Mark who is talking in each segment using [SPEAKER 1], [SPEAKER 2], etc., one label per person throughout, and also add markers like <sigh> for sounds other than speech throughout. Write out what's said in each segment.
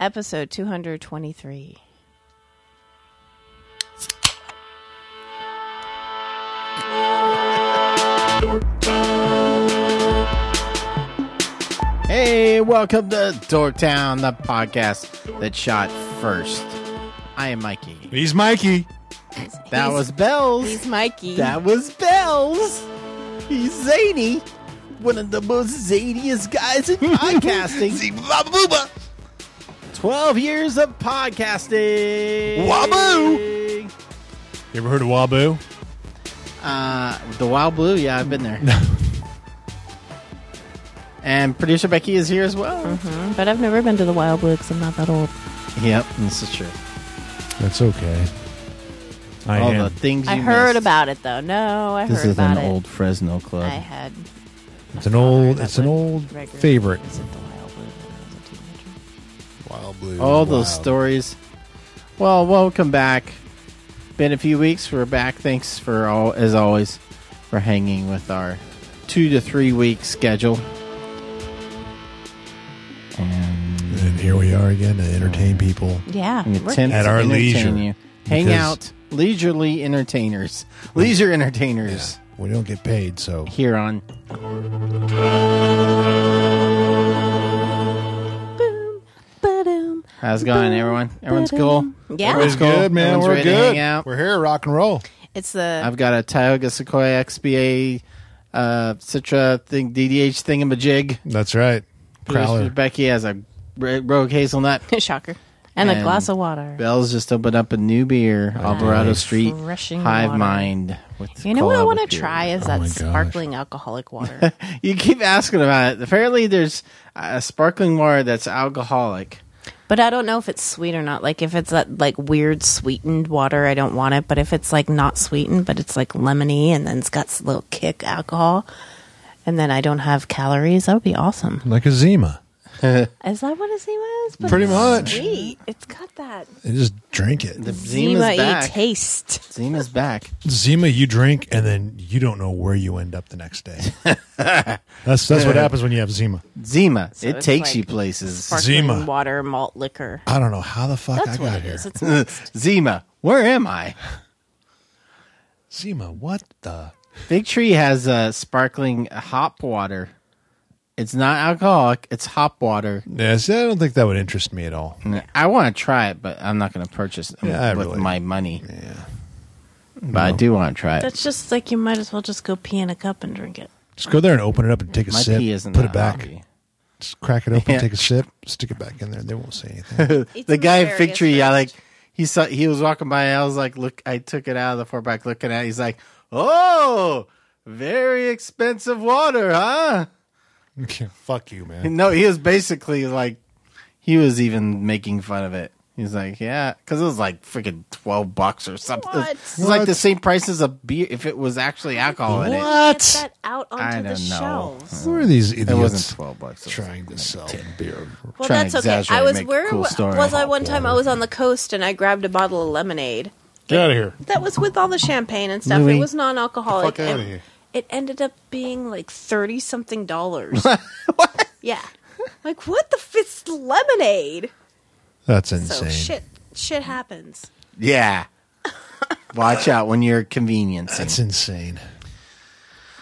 [SPEAKER 1] episode 223.
[SPEAKER 2] Hey, welcome to Dorktown, the podcast that shot first. I am Mikey.
[SPEAKER 3] He's Mikey.
[SPEAKER 2] That was Bells.
[SPEAKER 1] He's Mikey.
[SPEAKER 2] that was Bells. He's zany. One of the most zaniest
[SPEAKER 1] <laughs>
[SPEAKER 2] guys in podcasting.
[SPEAKER 3] Baba Booba.
[SPEAKER 2] 12 years of podcasting.
[SPEAKER 3] Waboo! You ever heard of Waboo?
[SPEAKER 2] Uh, the Wild Blue, yeah, I've been there. and producer Becky is here as well.
[SPEAKER 1] Mhm. But I've never been to the Wild Blue 'cause I'm not that old.
[SPEAKER 2] Yep, this is true.
[SPEAKER 3] That's okay. I
[SPEAKER 2] All
[SPEAKER 3] am.
[SPEAKER 2] the things you
[SPEAKER 1] I heard
[SPEAKER 2] missed.
[SPEAKER 1] about it though. No, I
[SPEAKER 2] This
[SPEAKER 1] heard
[SPEAKER 2] is
[SPEAKER 1] about
[SPEAKER 2] an
[SPEAKER 1] it.
[SPEAKER 2] old Fresno club.
[SPEAKER 1] I had.
[SPEAKER 3] it's an old. It's an old
[SPEAKER 1] regular
[SPEAKER 3] favorite.
[SPEAKER 1] visit to Wild Blue when I was a teenager.
[SPEAKER 3] Wild blue.
[SPEAKER 2] All those stories. Well, welcome back. Been a few weeks. We're back. Thanks for all, as always, for hanging with our two to three week schedule. And
[SPEAKER 3] And here we are again to entertain people.
[SPEAKER 1] Yeah.
[SPEAKER 2] we
[SPEAKER 1] we're-
[SPEAKER 2] attempt
[SPEAKER 3] At
[SPEAKER 2] to
[SPEAKER 3] our
[SPEAKER 2] entertain
[SPEAKER 3] leisure,
[SPEAKER 2] you. Hang
[SPEAKER 3] because-
[SPEAKER 2] out, leisurely entertainers, leisure entertainers
[SPEAKER 3] We don't get paid, so
[SPEAKER 2] here on.
[SPEAKER 1] Ba-dum.
[SPEAKER 2] How's it going, everyone? Everyone's cool.
[SPEAKER 1] Yeah.
[SPEAKER 2] Everyone's cool. Everyone's ready To hang out.
[SPEAKER 3] We're here, rock and roll.
[SPEAKER 1] It's the
[SPEAKER 2] I've got a Tioga Sequoia XBA uh, Citra thing DDH thingamajig.
[SPEAKER 3] That's right.
[SPEAKER 2] Producer
[SPEAKER 3] Crowler.
[SPEAKER 2] Becky has a ro- rogue hazelnut.
[SPEAKER 1] <laughs> shocker. And, a
[SPEAKER 2] And
[SPEAKER 1] glass of water.
[SPEAKER 2] Bell's just opened up a new beer, Alvarado
[SPEAKER 3] nice.
[SPEAKER 2] Street
[SPEAKER 1] Refreshing
[SPEAKER 2] Hive
[SPEAKER 1] water.
[SPEAKER 2] Mind. with
[SPEAKER 1] You know what I
[SPEAKER 2] collab
[SPEAKER 1] want
[SPEAKER 2] with
[SPEAKER 1] to
[SPEAKER 2] beer.
[SPEAKER 1] try is
[SPEAKER 3] Oh
[SPEAKER 1] that
[SPEAKER 3] my gosh.
[SPEAKER 1] sparkling alcoholic water.
[SPEAKER 2] You keep asking about it. Apparently, there's a sparkling water that's alcoholic.
[SPEAKER 1] but I don't know if it's sweet or not. Like if it's that like weird sweetened water, I don't want it. But if it's like not sweetened, but it's like lemony and then it's got s- little kick alcohol, and then I don't have calories, that would be awesome.
[SPEAKER 3] Like a Zima.
[SPEAKER 1] Is that what a Zima is? But
[SPEAKER 3] Pretty
[SPEAKER 1] it's
[SPEAKER 3] much.
[SPEAKER 1] Sweet. It's got that
[SPEAKER 3] You just drink it.
[SPEAKER 2] The Zima's
[SPEAKER 1] Zima y
[SPEAKER 2] back.
[SPEAKER 1] taste.
[SPEAKER 2] Zima's back.
[SPEAKER 3] Zima, you drink, and then you don't know where you end up the next day.
[SPEAKER 2] <laughs>
[SPEAKER 3] that's that's what happens when you have Zima.
[SPEAKER 2] Zima,
[SPEAKER 1] So
[SPEAKER 2] it
[SPEAKER 1] it's
[SPEAKER 2] takes
[SPEAKER 1] like
[SPEAKER 2] you places.
[SPEAKER 1] Sparkling
[SPEAKER 3] Zima.
[SPEAKER 1] water, malt liquor.
[SPEAKER 3] I don't know how the fuck
[SPEAKER 1] That's
[SPEAKER 3] I
[SPEAKER 1] what
[SPEAKER 3] got
[SPEAKER 1] it
[SPEAKER 3] here.
[SPEAKER 1] is. It's
[SPEAKER 2] <laughs>
[SPEAKER 1] mixed.
[SPEAKER 2] Zima, where am I?
[SPEAKER 3] Zima, what the?
[SPEAKER 2] Big Tree has uh, sparkling hop water. It's not alcoholic. It's hop water.
[SPEAKER 3] Yeah, see, I don't think that would interest me at all.
[SPEAKER 2] I want to try it, but I'm not going to purchase it
[SPEAKER 3] Yeah, I
[SPEAKER 2] with
[SPEAKER 3] really-
[SPEAKER 2] my money.
[SPEAKER 3] Yeah.
[SPEAKER 2] But I do want to try it.
[SPEAKER 1] That's just like you might as well just go pee in a cup and drink it.
[SPEAKER 3] Just go there and open it up and take a
[SPEAKER 2] My
[SPEAKER 3] sip.
[SPEAKER 2] pee isn't
[SPEAKER 3] put
[SPEAKER 2] that
[SPEAKER 3] it back.
[SPEAKER 2] hoppy.
[SPEAKER 3] Just crack it
[SPEAKER 2] <laughs>
[SPEAKER 3] open,
[SPEAKER 2] Yeah.
[SPEAKER 3] take a sip, stick it back in there. They won't say
[SPEAKER 2] <laughs>
[SPEAKER 3] anything.
[SPEAKER 2] the guy at Fig Tree, I like. He saw he was walking by. I was like, look, I took it out of the four pack, looking at. it. He's like, oh, very expensive water, huh?
[SPEAKER 3] Okay, Fuck
[SPEAKER 2] <laughs>
[SPEAKER 3] you, man.
[SPEAKER 2] No, he was basically like, he was even making fun of it. He's like, yeah, because it was like freaking twelve bucks or something.
[SPEAKER 1] What?
[SPEAKER 2] It's like the
[SPEAKER 3] What?
[SPEAKER 2] same price as a beer if it was actually alcohol in it.
[SPEAKER 3] What?
[SPEAKER 1] Get that out onto
[SPEAKER 2] I
[SPEAKER 1] the
[SPEAKER 2] don't know.
[SPEAKER 1] shelves.
[SPEAKER 3] Who are these idiots
[SPEAKER 2] It wasn't twelve bucks. It was
[SPEAKER 3] trying to sell beer?
[SPEAKER 1] Well,
[SPEAKER 2] Trying to
[SPEAKER 1] that's okay.
[SPEAKER 2] exaggerate
[SPEAKER 1] I
[SPEAKER 2] and
[SPEAKER 1] was
[SPEAKER 2] make a
[SPEAKER 1] where
[SPEAKER 2] cool
[SPEAKER 1] wa-
[SPEAKER 2] story.
[SPEAKER 1] was I one time? I was on the coast and I grabbed a bottle of lemonade.
[SPEAKER 3] Get out of here.
[SPEAKER 1] That was with all the champagne and stuff.
[SPEAKER 2] Louis.
[SPEAKER 1] It was non-alcoholic.
[SPEAKER 3] Get the fuck
[SPEAKER 1] and
[SPEAKER 3] outta here.
[SPEAKER 1] It ended up being like thirty something
[SPEAKER 2] <laughs>
[SPEAKER 1] dollars. yeah, like what the f- it's lemonade.
[SPEAKER 3] That's
[SPEAKER 1] So
[SPEAKER 3] insane.
[SPEAKER 1] shit, shit happens.
[SPEAKER 2] Yeah. Watch out when you're conveniencing.
[SPEAKER 3] That's insane.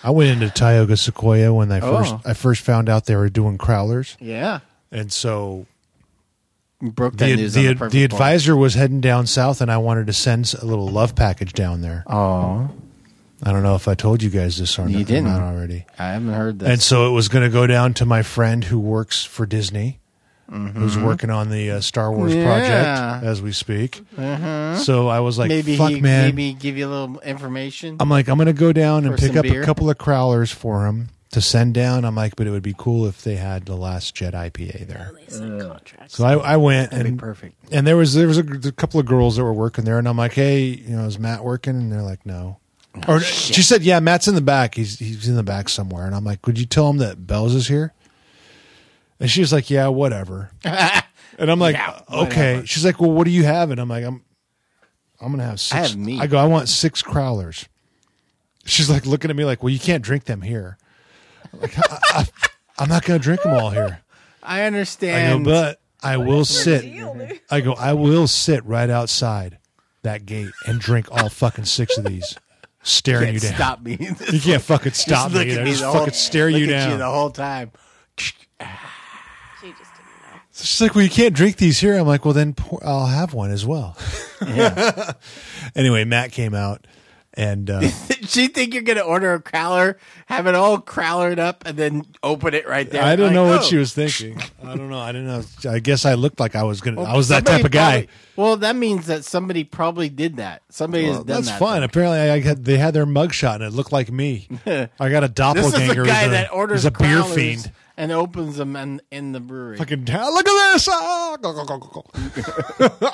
[SPEAKER 3] I went into Tioga Sequoia when I first
[SPEAKER 2] Oh.
[SPEAKER 3] I first found out they were doing crowlers,
[SPEAKER 2] Yeah.
[SPEAKER 3] and so
[SPEAKER 2] You broke that
[SPEAKER 3] the
[SPEAKER 2] news on
[SPEAKER 3] the,
[SPEAKER 2] the
[SPEAKER 3] the,
[SPEAKER 2] perfect point.
[SPEAKER 3] advisor was heading down south, and I wanted to send a little love package down there.
[SPEAKER 2] Oh,
[SPEAKER 3] I don't know if I told you guys this or
[SPEAKER 2] You
[SPEAKER 3] not,
[SPEAKER 2] didn't.
[SPEAKER 3] not already.
[SPEAKER 2] I haven't heard this.
[SPEAKER 3] And so it was going to go down to my friend who works for Disney, who's working on the uh, Star Wars
[SPEAKER 2] Mm-hmm. Yeah. Uh-huh.
[SPEAKER 3] project as we speak. So I was like,
[SPEAKER 2] maybe
[SPEAKER 3] "Fuck,
[SPEAKER 2] he
[SPEAKER 3] man!"
[SPEAKER 2] maybe give you a little information.
[SPEAKER 3] I'm like, "I'm going to go down and
[SPEAKER 2] For
[SPEAKER 3] pick
[SPEAKER 2] some
[SPEAKER 3] up
[SPEAKER 2] beer?
[SPEAKER 3] a couple of crowlers for him to send down." I'm like, "But it would be cool if they had the Last Jet IPA there."
[SPEAKER 1] They signed contracts.
[SPEAKER 3] So I, I went
[SPEAKER 2] That'd be
[SPEAKER 3] and
[SPEAKER 2] perfect.
[SPEAKER 3] and there was there was a, g- a couple of girls that were working there, and I'm like, "Hey, you know, is Matt working?" And they're like, "No."
[SPEAKER 2] Oh,
[SPEAKER 3] or she said, "Yeah, Matt's in the back. He's he's in the back somewhere." And I'm like, "Would you tell him that Bells is here?" And she was like,
[SPEAKER 2] <laughs>
[SPEAKER 3] "Yeah, whatever." and I'm like,
[SPEAKER 2] Yeah,
[SPEAKER 3] "Okay."
[SPEAKER 2] whatever.
[SPEAKER 3] She's like, "Well, what do you have?" And I'm like, "I'm I'm gonna have six.
[SPEAKER 2] I have meat.
[SPEAKER 3] I go, "I want six crowlers." She's like looking at me like, "Well, you can't drink them here." I'm like, I, I, I'm not gonna drink them all here.
[SPEAKER 2] I
[SPEAKER 3] I go,
[SPEAKER 2] understand.
[SPEAKER 3] but I will sit. I go, I will sit right outside that gate and drink all fucking six of these, staring <laughs>
[SPEAKER 2] Can't
[SPEAKER 3] you down.
[SPEAKER 2] stop me.
[SPEAKER 3] You can't fucking stop me. I just
[SPEAKER 2] the
[SPEAKER 3] fucking
[SPEAKER 2] whole-
[SPEAKER 3] stare you
[SPEAKER 2] look at
[SPEAKER 3] down.
[SPEAKER 2] the whole time. <laughs>
[SPEAKER 1] She just didn't know.
[SPEAKER 3] She's like, well, you can't drink these here. I'm like, well, then pour, I'll have one as well. <laughs> anyway, Matt came out
[SPEAKER 2] <laughs>
[SPEAKER 3] and uh,
[SPEAKER 2] she think you're gonna order a crowler, have it all crowlered up, and then open it right there.
[SPEAKER 3] I don't
[SPEAKER 2] Like,
[SPEAKER 3] know what
[SPEAKER 2] oh,
[SPEAKER 3] she was thinking. I don't know. I didn't know. I guess I looked like I was gonna.
[SPEAKER 2] well,
[SPEAKER 3] I was that
[SPEAKER 2] somebody
[SPEAKER 3] type of guy.
[SPEAKER 2] probably- well, that means that somebody probably did that. Somebody has
[SPEAKER 3] Well,
[SPEAKER 2] done
[SPEAKER 3] that's
[SPEAKER 2] that.
[SPEAKER 3] fine. Apparently, I had they had their mugshot and it looked
[SPEAKER 2] <laughs>
[SPEAKER 3] like me. I got
[SPEAKER 2] This
[SPEAKER 3] a
[SPEAKER 2] is
[SPEAKER 3] doppelganger.
[SPEAKER 2] the guy
[SPEAKER 3] who's a-
[SPEAKER 2] that orders
[SPEAKER 3] who's a beer
[SPEAKER 2] Crowlers
[SPEAKER 3] fiend.
[SPEAKER 2] and opens them in, in the brewery.
[SPEAKER 3] Fucking "Ah, look at this! Ah, go, go, go, go, go."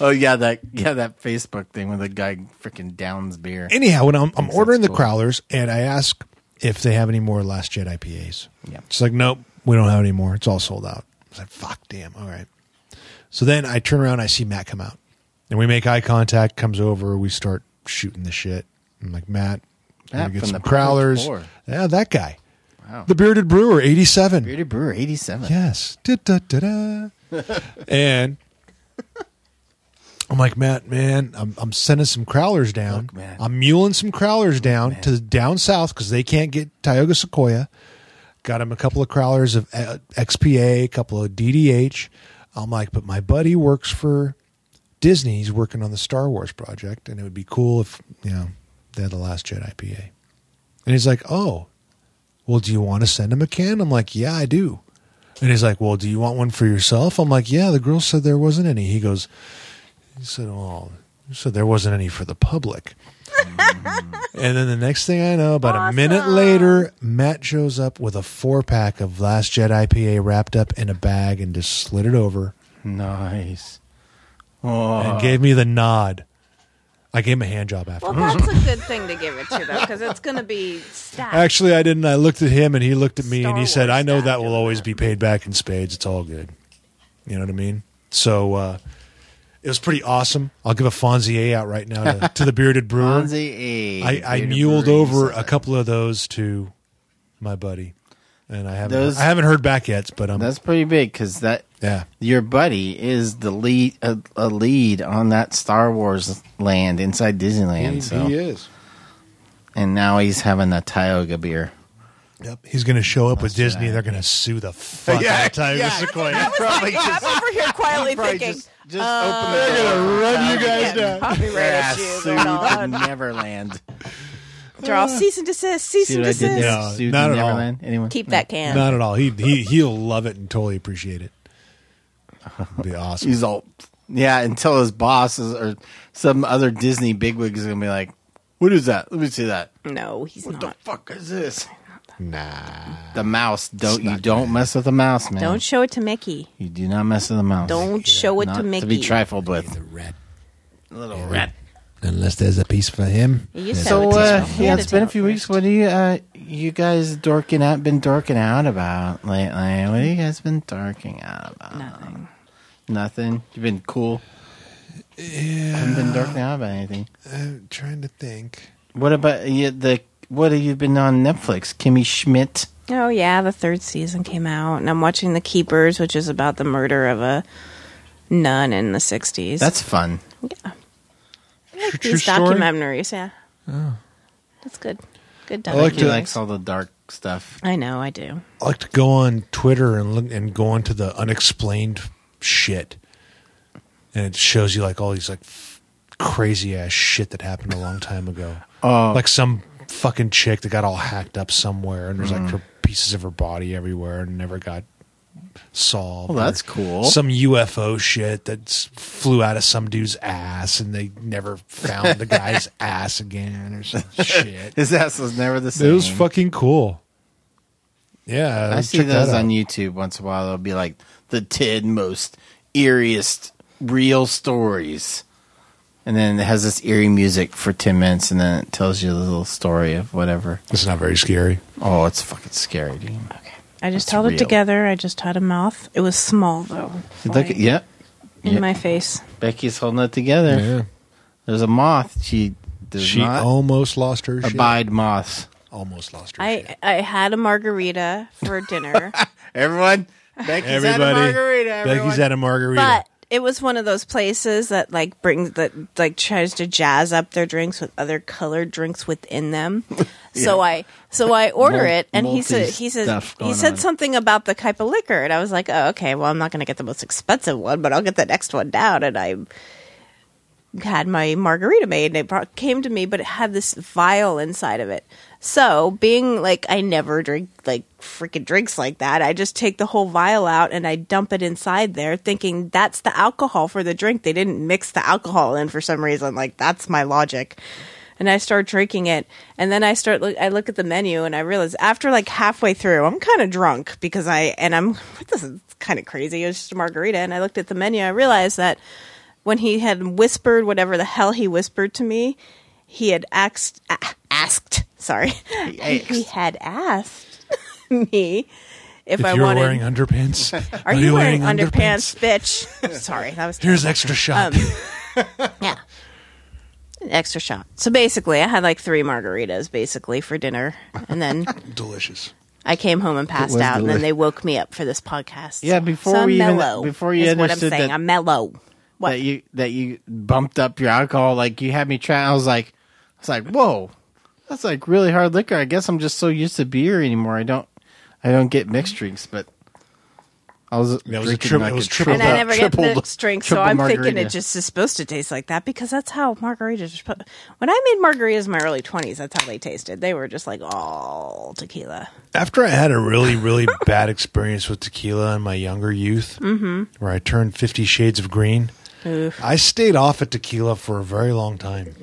[SPEAKER 2] Oh yeah, that yeah that Facebook thing where the guy freaking downs beer.
[SPEAKER 3] Anyhow, when I'm, I'm
[SPEAKER 2] that's
[SPEAKER 3] ordering the
[SPEAKER 2] cool.
[SPEAKER 3] crowlers and I ask if they have any more Last Jet IPAs.
[SPEAKER 2] Yeah.
[SPEAKER 3] She's like, nope, we don't have any more. It's all sold out. I was like, fuck, damn. All right. So then I turn around, I see Matt come out, and we make eye contact. Comes over, we start shooting the shit. I'm like, Matt, we're
[SPEAKER 2] Matt
[SPEAKER 3] gonna get
[SPEAKER 2] from
[SPEAKER 3] some
[SPEAKER 2] the Purple
[SPEAKER 3] crowlers.
[SPEAKER 2] Pour.
[SPEAKER 3] Yeah, that guy,
[SPEAKER 2] Wow.
[SPEAKER 3] the bearded brewer, eighty-seven.
[SPEAKER 2] Bearded Brewer eighty seven.
[SPEAKER 3] Yes. Da-da-da-da. and I'm like, Matt, man, I'm, I'm sending some crowlers down.
[SPEAKER 2] Look, man.
[SPEAKER 3] I'm muling some crowlers down to down south because they can't get Tioga Sequoia. Got him a couple of crowlers of uh, XPA, a couple of DDH. I'm like, but my buddy works for Disney. He's working on the Star Wars project, and it would be cool if, you know, they had the Last Jedi IPA. And he's like, oh, well, do you want to send him a can? I'm like, yeah, I do. And he's like, well, do you want one for yourself? I'm like, yeah, the girl said there wasn't any. He goes, he said, well, you said there wasn't any for the public. and then the next thing I know, about a minute later, Matt shows up with a four pack of Last Jet IPA wrapped up in a bag and just slid it over
[SPEAKER 2] Nice. Oh,
[SPEAKER 3] and gave me the nod. I gave him a hand job after.
[SPEAKER 1] Well, that's a good thing to give it to though, because it's going to be stacked.
[SPEAKER 2] Ah.
[SPEAKER 3] Actually, I didn't. I looked at him and he looked at me
[SPEAKER 1] Star
[SPEAKER 3] and he said,
[SPEAKER 1] Wars
[SPEAKER 3] I know
[SPEAKER 1] style
[SPEAKER 3] that will
[SPEAKER 1] doing
[SPEAKER 3] always
[SPEAKER 1] that.
[SPEAKER 3] be paid back in spades. It's all good. You know what I mean? So uh, it was pretty awesome. I'll give a Fonzie A out right now
[SPEAKER 2] <laughs>
[SPEAKER 3] to, to the Bearded Brewer.
[SPEAKER 2] Fonzie A.
[SPEAKER 3] I, I
[SPEAKER 2] Bearded
[SPEAKER 3] muled
[SPEAKER 2] Brewer
[SPEAKER 3] over
[SPEAKER 2] 87.
[SPEAKER 3] a couple of those to my buddy. And I haven't,
[SPEAKER 2] Those-
[SPEAKER 3] I haven't heard back yet, but um,
[SPEAKER 2] That's pretty big because that
[SPEAKER 3] yeah.
[SPEAKER 2] your buddy is the lead a, a lead on that Star Wars land inside Disneyland. so
[SPEAKER 3] is.
[SPEAKER 2] and now he's having a Tioga beer.
[SPEAKER 3] Yep. He's going to show up with Disney. They're going to sue the fuck out of Tiger Sequoia.
[SPEAKER 2] <laughs> probably
[SPEAKER 1] I'm over here quietly
[SPEAKER 2] <laughs> probably uh,
[SPEAKER 1] thinking.
[SPEAKER 2] just, just open the They're gonna
[SPEAKER 3] Run you guys down.
[SPEAKER 1] Yeah, copyright issues and all that.
[SPEAKER 2] <laughs> Neverland.
[SPEAKER 1] Draw cease and desist, cease
[SPEAKER 2] See
[SPEAKER 1] and
[SPEAKER 2] what I did
[SPEAKER 1] desist.
[SPEAKER 2] there?
[SPEAKER 3] No,
[SPEAKER 2] Sued
[SPEAKER 3] not at all.
[SPEAKER 2] Neverland. Anyone?
[SPEAKER 1] Keep that can.
[SPEAKER 3] Not at all. He he he'll love it and totally appreciate it. It'll be awesome.
[SPEAKER 2] He's all yeah. Until his boss is, or some other Disney bigwig is gonna be like, "What is that? Let me see that.
[SPEAKER 1] No, he's
[SPEAKER 2] What the
[SPEAKER 1] not.
[SPEAKER 2] fuck is this?
[SPEAKER 3] Nah.
[SPEAKER 2] The mouse. Don't you don't mess with the mouse, man.
[SPEAKER 1] Don't show it to Mickey.
[SPEAKER 2] you do not mess with the mouse.
[SPEAKER 1] Don't show it
[SPEAKER 2] Not
[SPEAKER 1] to Mickey.
[SPEAKER 2] be trifled with.
[SPEAKER 3] rat.
[SPEAKER 2] Little rat.
[SPEAKER 3] Unless there's a piece for him.
[SPEAKER 1] You said
[SPEAKER 2] So
[SPEAKER 1] it to
[SPEAKER 2] uh,
[SPEAKER 1] him. He
[SPEAKER 2] yeah,
[SPEAKER 1] had
[SPEAKER 2] it's
[SPEAKER 1] it
[SPEAKER 2] been a
[SPEAKER 1] down
[SPEAKER 2] few weeks.
[SPEAKER 1] first.
[SPEAKER 2] What do you uh, you guys dorking out? Been dorking out about lately? What have you guys been dorking out about?
[SPEAKER 1] Nothing.
[SPEAKER 2] Nothing. You've been cool. Yeah. Haven't been dorking out about anything.
[SPEAKER 3] I'm trying to think.
[SPEAKER 2] What about you, the? What have you been on Netflix? Kimmy Schmidt.
[SPEAKER 1] Oh yeah, the third season came out, and I'm watching The Keepers, which is about the murder of a nun in the '60s.
[SPEAKER 2] That's fun.
[SPEAKER 1] yeah. I like
[SPEAKER 3] True
[SPEAKER 1] these
[SPEAKER 3] story?
[SPEAKER 1] documentaries, yeah. Oh, that's good. Good
[SPEAKER 3] I like
[SPEAKER 2] He
[SPEAKER 3] to-
[SPEAKER 1] documentaries.
[SPEAKER 2] likes all the dark stuff.
[SPEAKER 1] I know, I do.
[SPEAKER 3] I like to go on Twitter and look and go on to the unexplained shit, and it shows you like all these like crazy ass shit that happened a long time ago.
[SPEAKER 2] Oh.
[SPEAKER 3] like some fucking chick that got all hacked up somewhere, and there's like
[SPEAKER 2] Mm-hmm.
[SPEAKER 3] her pieces of her body everywhere, and never got solved.
[SPEAKER 2] Well, that's
[SPEAKER 3] Or
[SPEAKER 2] cool.
[SPEAKER 3] Some UFO shit that s- flew out of some dude's ass, and they never found
[SPEAKER 2] <laughs>
[SPEAKER 3] the guy's ass again, or some shit.
[SPEAKER 2] His ass was never the same.
[SPEAKER 3] It was fucking cool. Yeah,
[SPEAKER 2] I see
[SPEAKER 3] check that
[SPEAKER 2] those
[SPEAKER 3] out.
[SPEAKER 2] on YouTube once in a while. They'll be like the ten most eeriest real stories, and then it has this eerie music for ten minutes, and then it tells you the little story of whatever.
[SPEAKER 3] It's not very scary.
[SPEAKER 2] Oh, it's fucking scary, dude.
[SPEAKER 1] I just
[SPEAKER 2] That's
[SPEAKER 1] held
[SPEAKER 2] real.
[SPEAKER 1] it together. I just had a mouth. It was small though.
[SPEAKER 2] Look, at, yep,
[SPEAKER 1] in
[SPEAKER 2] yeah.
[SPEAKER 1] my face.
[SPEAKER 2] Becky's holding it together. There's a moth. She does
[SPEAKER 3] She
[SPEAKER 2] not
[SPEAKER 3] almost lost her shit.
[SPEAKER 2] abide moths.
[SPEAKER 3] Almost lost her shit.
[SPEAKER 2] <laughs>
[SPEAKER 1] I I had a margarita for dinner.
[SPEAKER 2] Everyone, Becky's
[SPEAKER 3] everybody,
[SPEAKER 2] had a margarita. Everyone.
[SPEAKER 3] Becky's at a margarita.
[SPEAKER 1] But it was one of those places that like brings that like tries to jazz up their drinks with other colored drinks within
[SPEAKER 2] <laughs>
[SPEAKER 1] them. So I so I order
[SPEAKER 2] Mul-
[SPEAKER 1] it and he said he said
[SPEAKER 2] multi-stuff
[SPEAKER 1] he
[SPEAKER 2] going
[SPEAKER 1] said
[SPEAKER 2] on.
[SPEAKER 1] something about the type of liquor and I was like, "Oh, okay. Well, I'm not going to get the most expensive one, but I'll get the next one down." And I had my margarita made and it brought, came to me, but it had this vial inside of it. So, being like, I never drink like freaking drinks like that, I just take the whole vial out and I dump it inside there, thinking that's the alcohol for the drink. They didn't mix the alcohol in for some reason. Like, that's my logic. And I start drinking it, and then I start. Look, I look at the menu, and I realize after like halfway through, I'm kind of drunk because I and I'm. <laughs> This is kind of crazy. It was just a margarita, and I looked at the menu. I realized that when he had whispered whatever the hell he whispered to me, he had asked, a- asked, sorry, <laughs> he, had asked <laughs> me if,
[SPEAKER 3] if
[SPEAKER 1] I
[SPEAKER 3] you're
[SPEAKER 1] wanted.
[SPEAKER 3] wearing underpants,
[SPEAKER 1] <laughs> are you wearing, underpants, Um, bitch?
[SPEAKER 2] <laughs>
[SPEAKER 1] sorry, that was
[SPEAKER 3] Here's extra shot.
[SPEAKER 1] yeah, an extra shot. So basically, I had like three margaritas basically for dinner, and then
[SPEAKER 3] <laughs> Delicious.
[SPEAKER 1] I came home
[SPEAKER 2] <laughs>
[SPEAKER 1] and passed
[SPEAKER 2] was
[SPEAKER 1] out, and then
[SPEAKER 2] delicious.
[SPEAKER 1] they woke me up for this podcast.
[SPEAKER 2] Yeah, before
[SPEAKER 1] so I'm
[SPEAKER 2] we even-
[SPEAKER 1] mellow
[SPEAKER 2] before you
[SPEAKER 1] is what I'm
[SPEAKER 2] understood
[SPEAKER 1] saying,
[SPEAKER 2] that-
[SPEAKER 1] I'm mellow. What?
[SPEAKER 2] that you that you bumped up your alcohol. Like you had me try. I was like, I was like, whoa, that's like really hard liquor. I guess I'm just so used to beer anymore. I don't, I don't get mixed drinks, but. I was,
[SPEAKER 3] was a
[SPEAKER 2] drinking
[SPEAKER 3] triple-
[SPEAKER 2] like
[SPEAKER 3] it was
[SPEAKER 2] a
[SPEAKER 3] triple
[SPEAKER 1] and
[SPEAKER 3] Well,
[SPEAKER 1] I
[SPEAKER 3] that
[SPEAKER 1] never
[SPEAKER 2] Uh, triple-
[SPEAKER 1] get mixed drinks, so
[SPEAKER 2] triple
[SPEAKER 1] I'm thinking
[SPEAKER 2] margarita.
[SPEAKER 1] it just is supposed to taste like that because that's how margaritas are supposed. When I made margaritas in my early twenties, that's how they tasted. They were just like all tequila.
[SPEAKER 3] After I had a really, really <laughs> bad experience with tequila in my younger youth, where I turned Fifty Shades of Green, I stayed off of tequila for a very long time.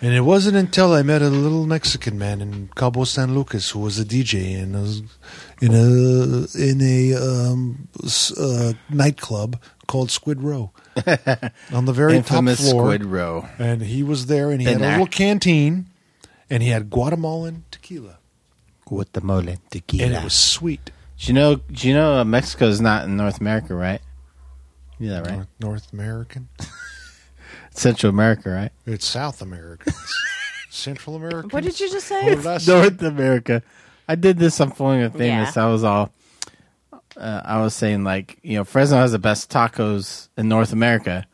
[SPEAKER 3] And it wasn't until I met a little Mexican man in Cabo San Lucas who was a DJ in a, in a, in a um, s- uh, nightclub called Squid
[SPEAKER 2] <laughs>
[SPEAKER 3] Row on the very
[SPEAKER 2] infamous
[SPEAKER 3] top floor.
[SPEAKER 2] Squid Row.
[SPEAKER 3] and he was there and he
[SPEAKER 2] Been
[SPEAKER 3] had a
[SPEAKER 2] there.
[SPEAKER 3] little canteen and he had Guatemalan tequila
[SPEAKER 2] Guatemala tequila.
[SPEAKER 3] and it was sweet
[SPEAKER 2] do you know? Do you know uh, Mexico is not in North America, right? Yeah, right.
[SPEAKER 3] North, North American
[SPEAKER 2] Central America, right?
[SPEAKER 3] it's South American It's Central American
[SPEAKER 1] What did you just
[SPEAKER 3] What
[SPEAKER 1] say?
[SPEAKER 3] did I say?
[SPEAKER 2] North America. I did this on Fooling with Famous.
[SPEAKER 1] Yeah.
[SPEAKER 2] I was all, uh, I was saying like, you know, Fresno has the best tacos in North America,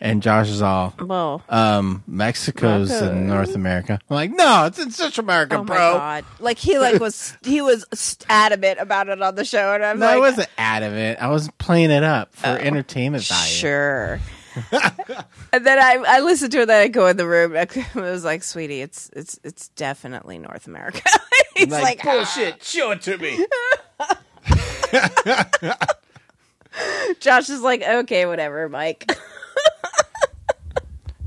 [SPEAKER 2] and Josh is all,
[SPEAKER 1] Whoa.
[SPEAKER 2] um, Mexico's in North America. I'm like, no, it's in Central America,
[SPEAKER 1] Oh my
[SPEAKER 2] bro.
[SPEAKER 1] god! Like he like was he was adamant about it on the show, and I'm
[SPEAKER 2] No,
[SPEAKER 1] like, Uh,
[SPEAKER 2] I wasn't adamant. I was playing it up for entertainment value. <laughs>
[SPEAKER 1] Sure. and then I, I listened to it. Then I go in the room. I was like, "Sweetie, it's it's it's definitely North America." <laughs> He's like,
[SPEAKER 2] like, bullshit. Show it to me.
[SPEAKER 1] "Ah." Josh is like, "Okay, whatever, Mike."
[SPEAKER 2] <laughs>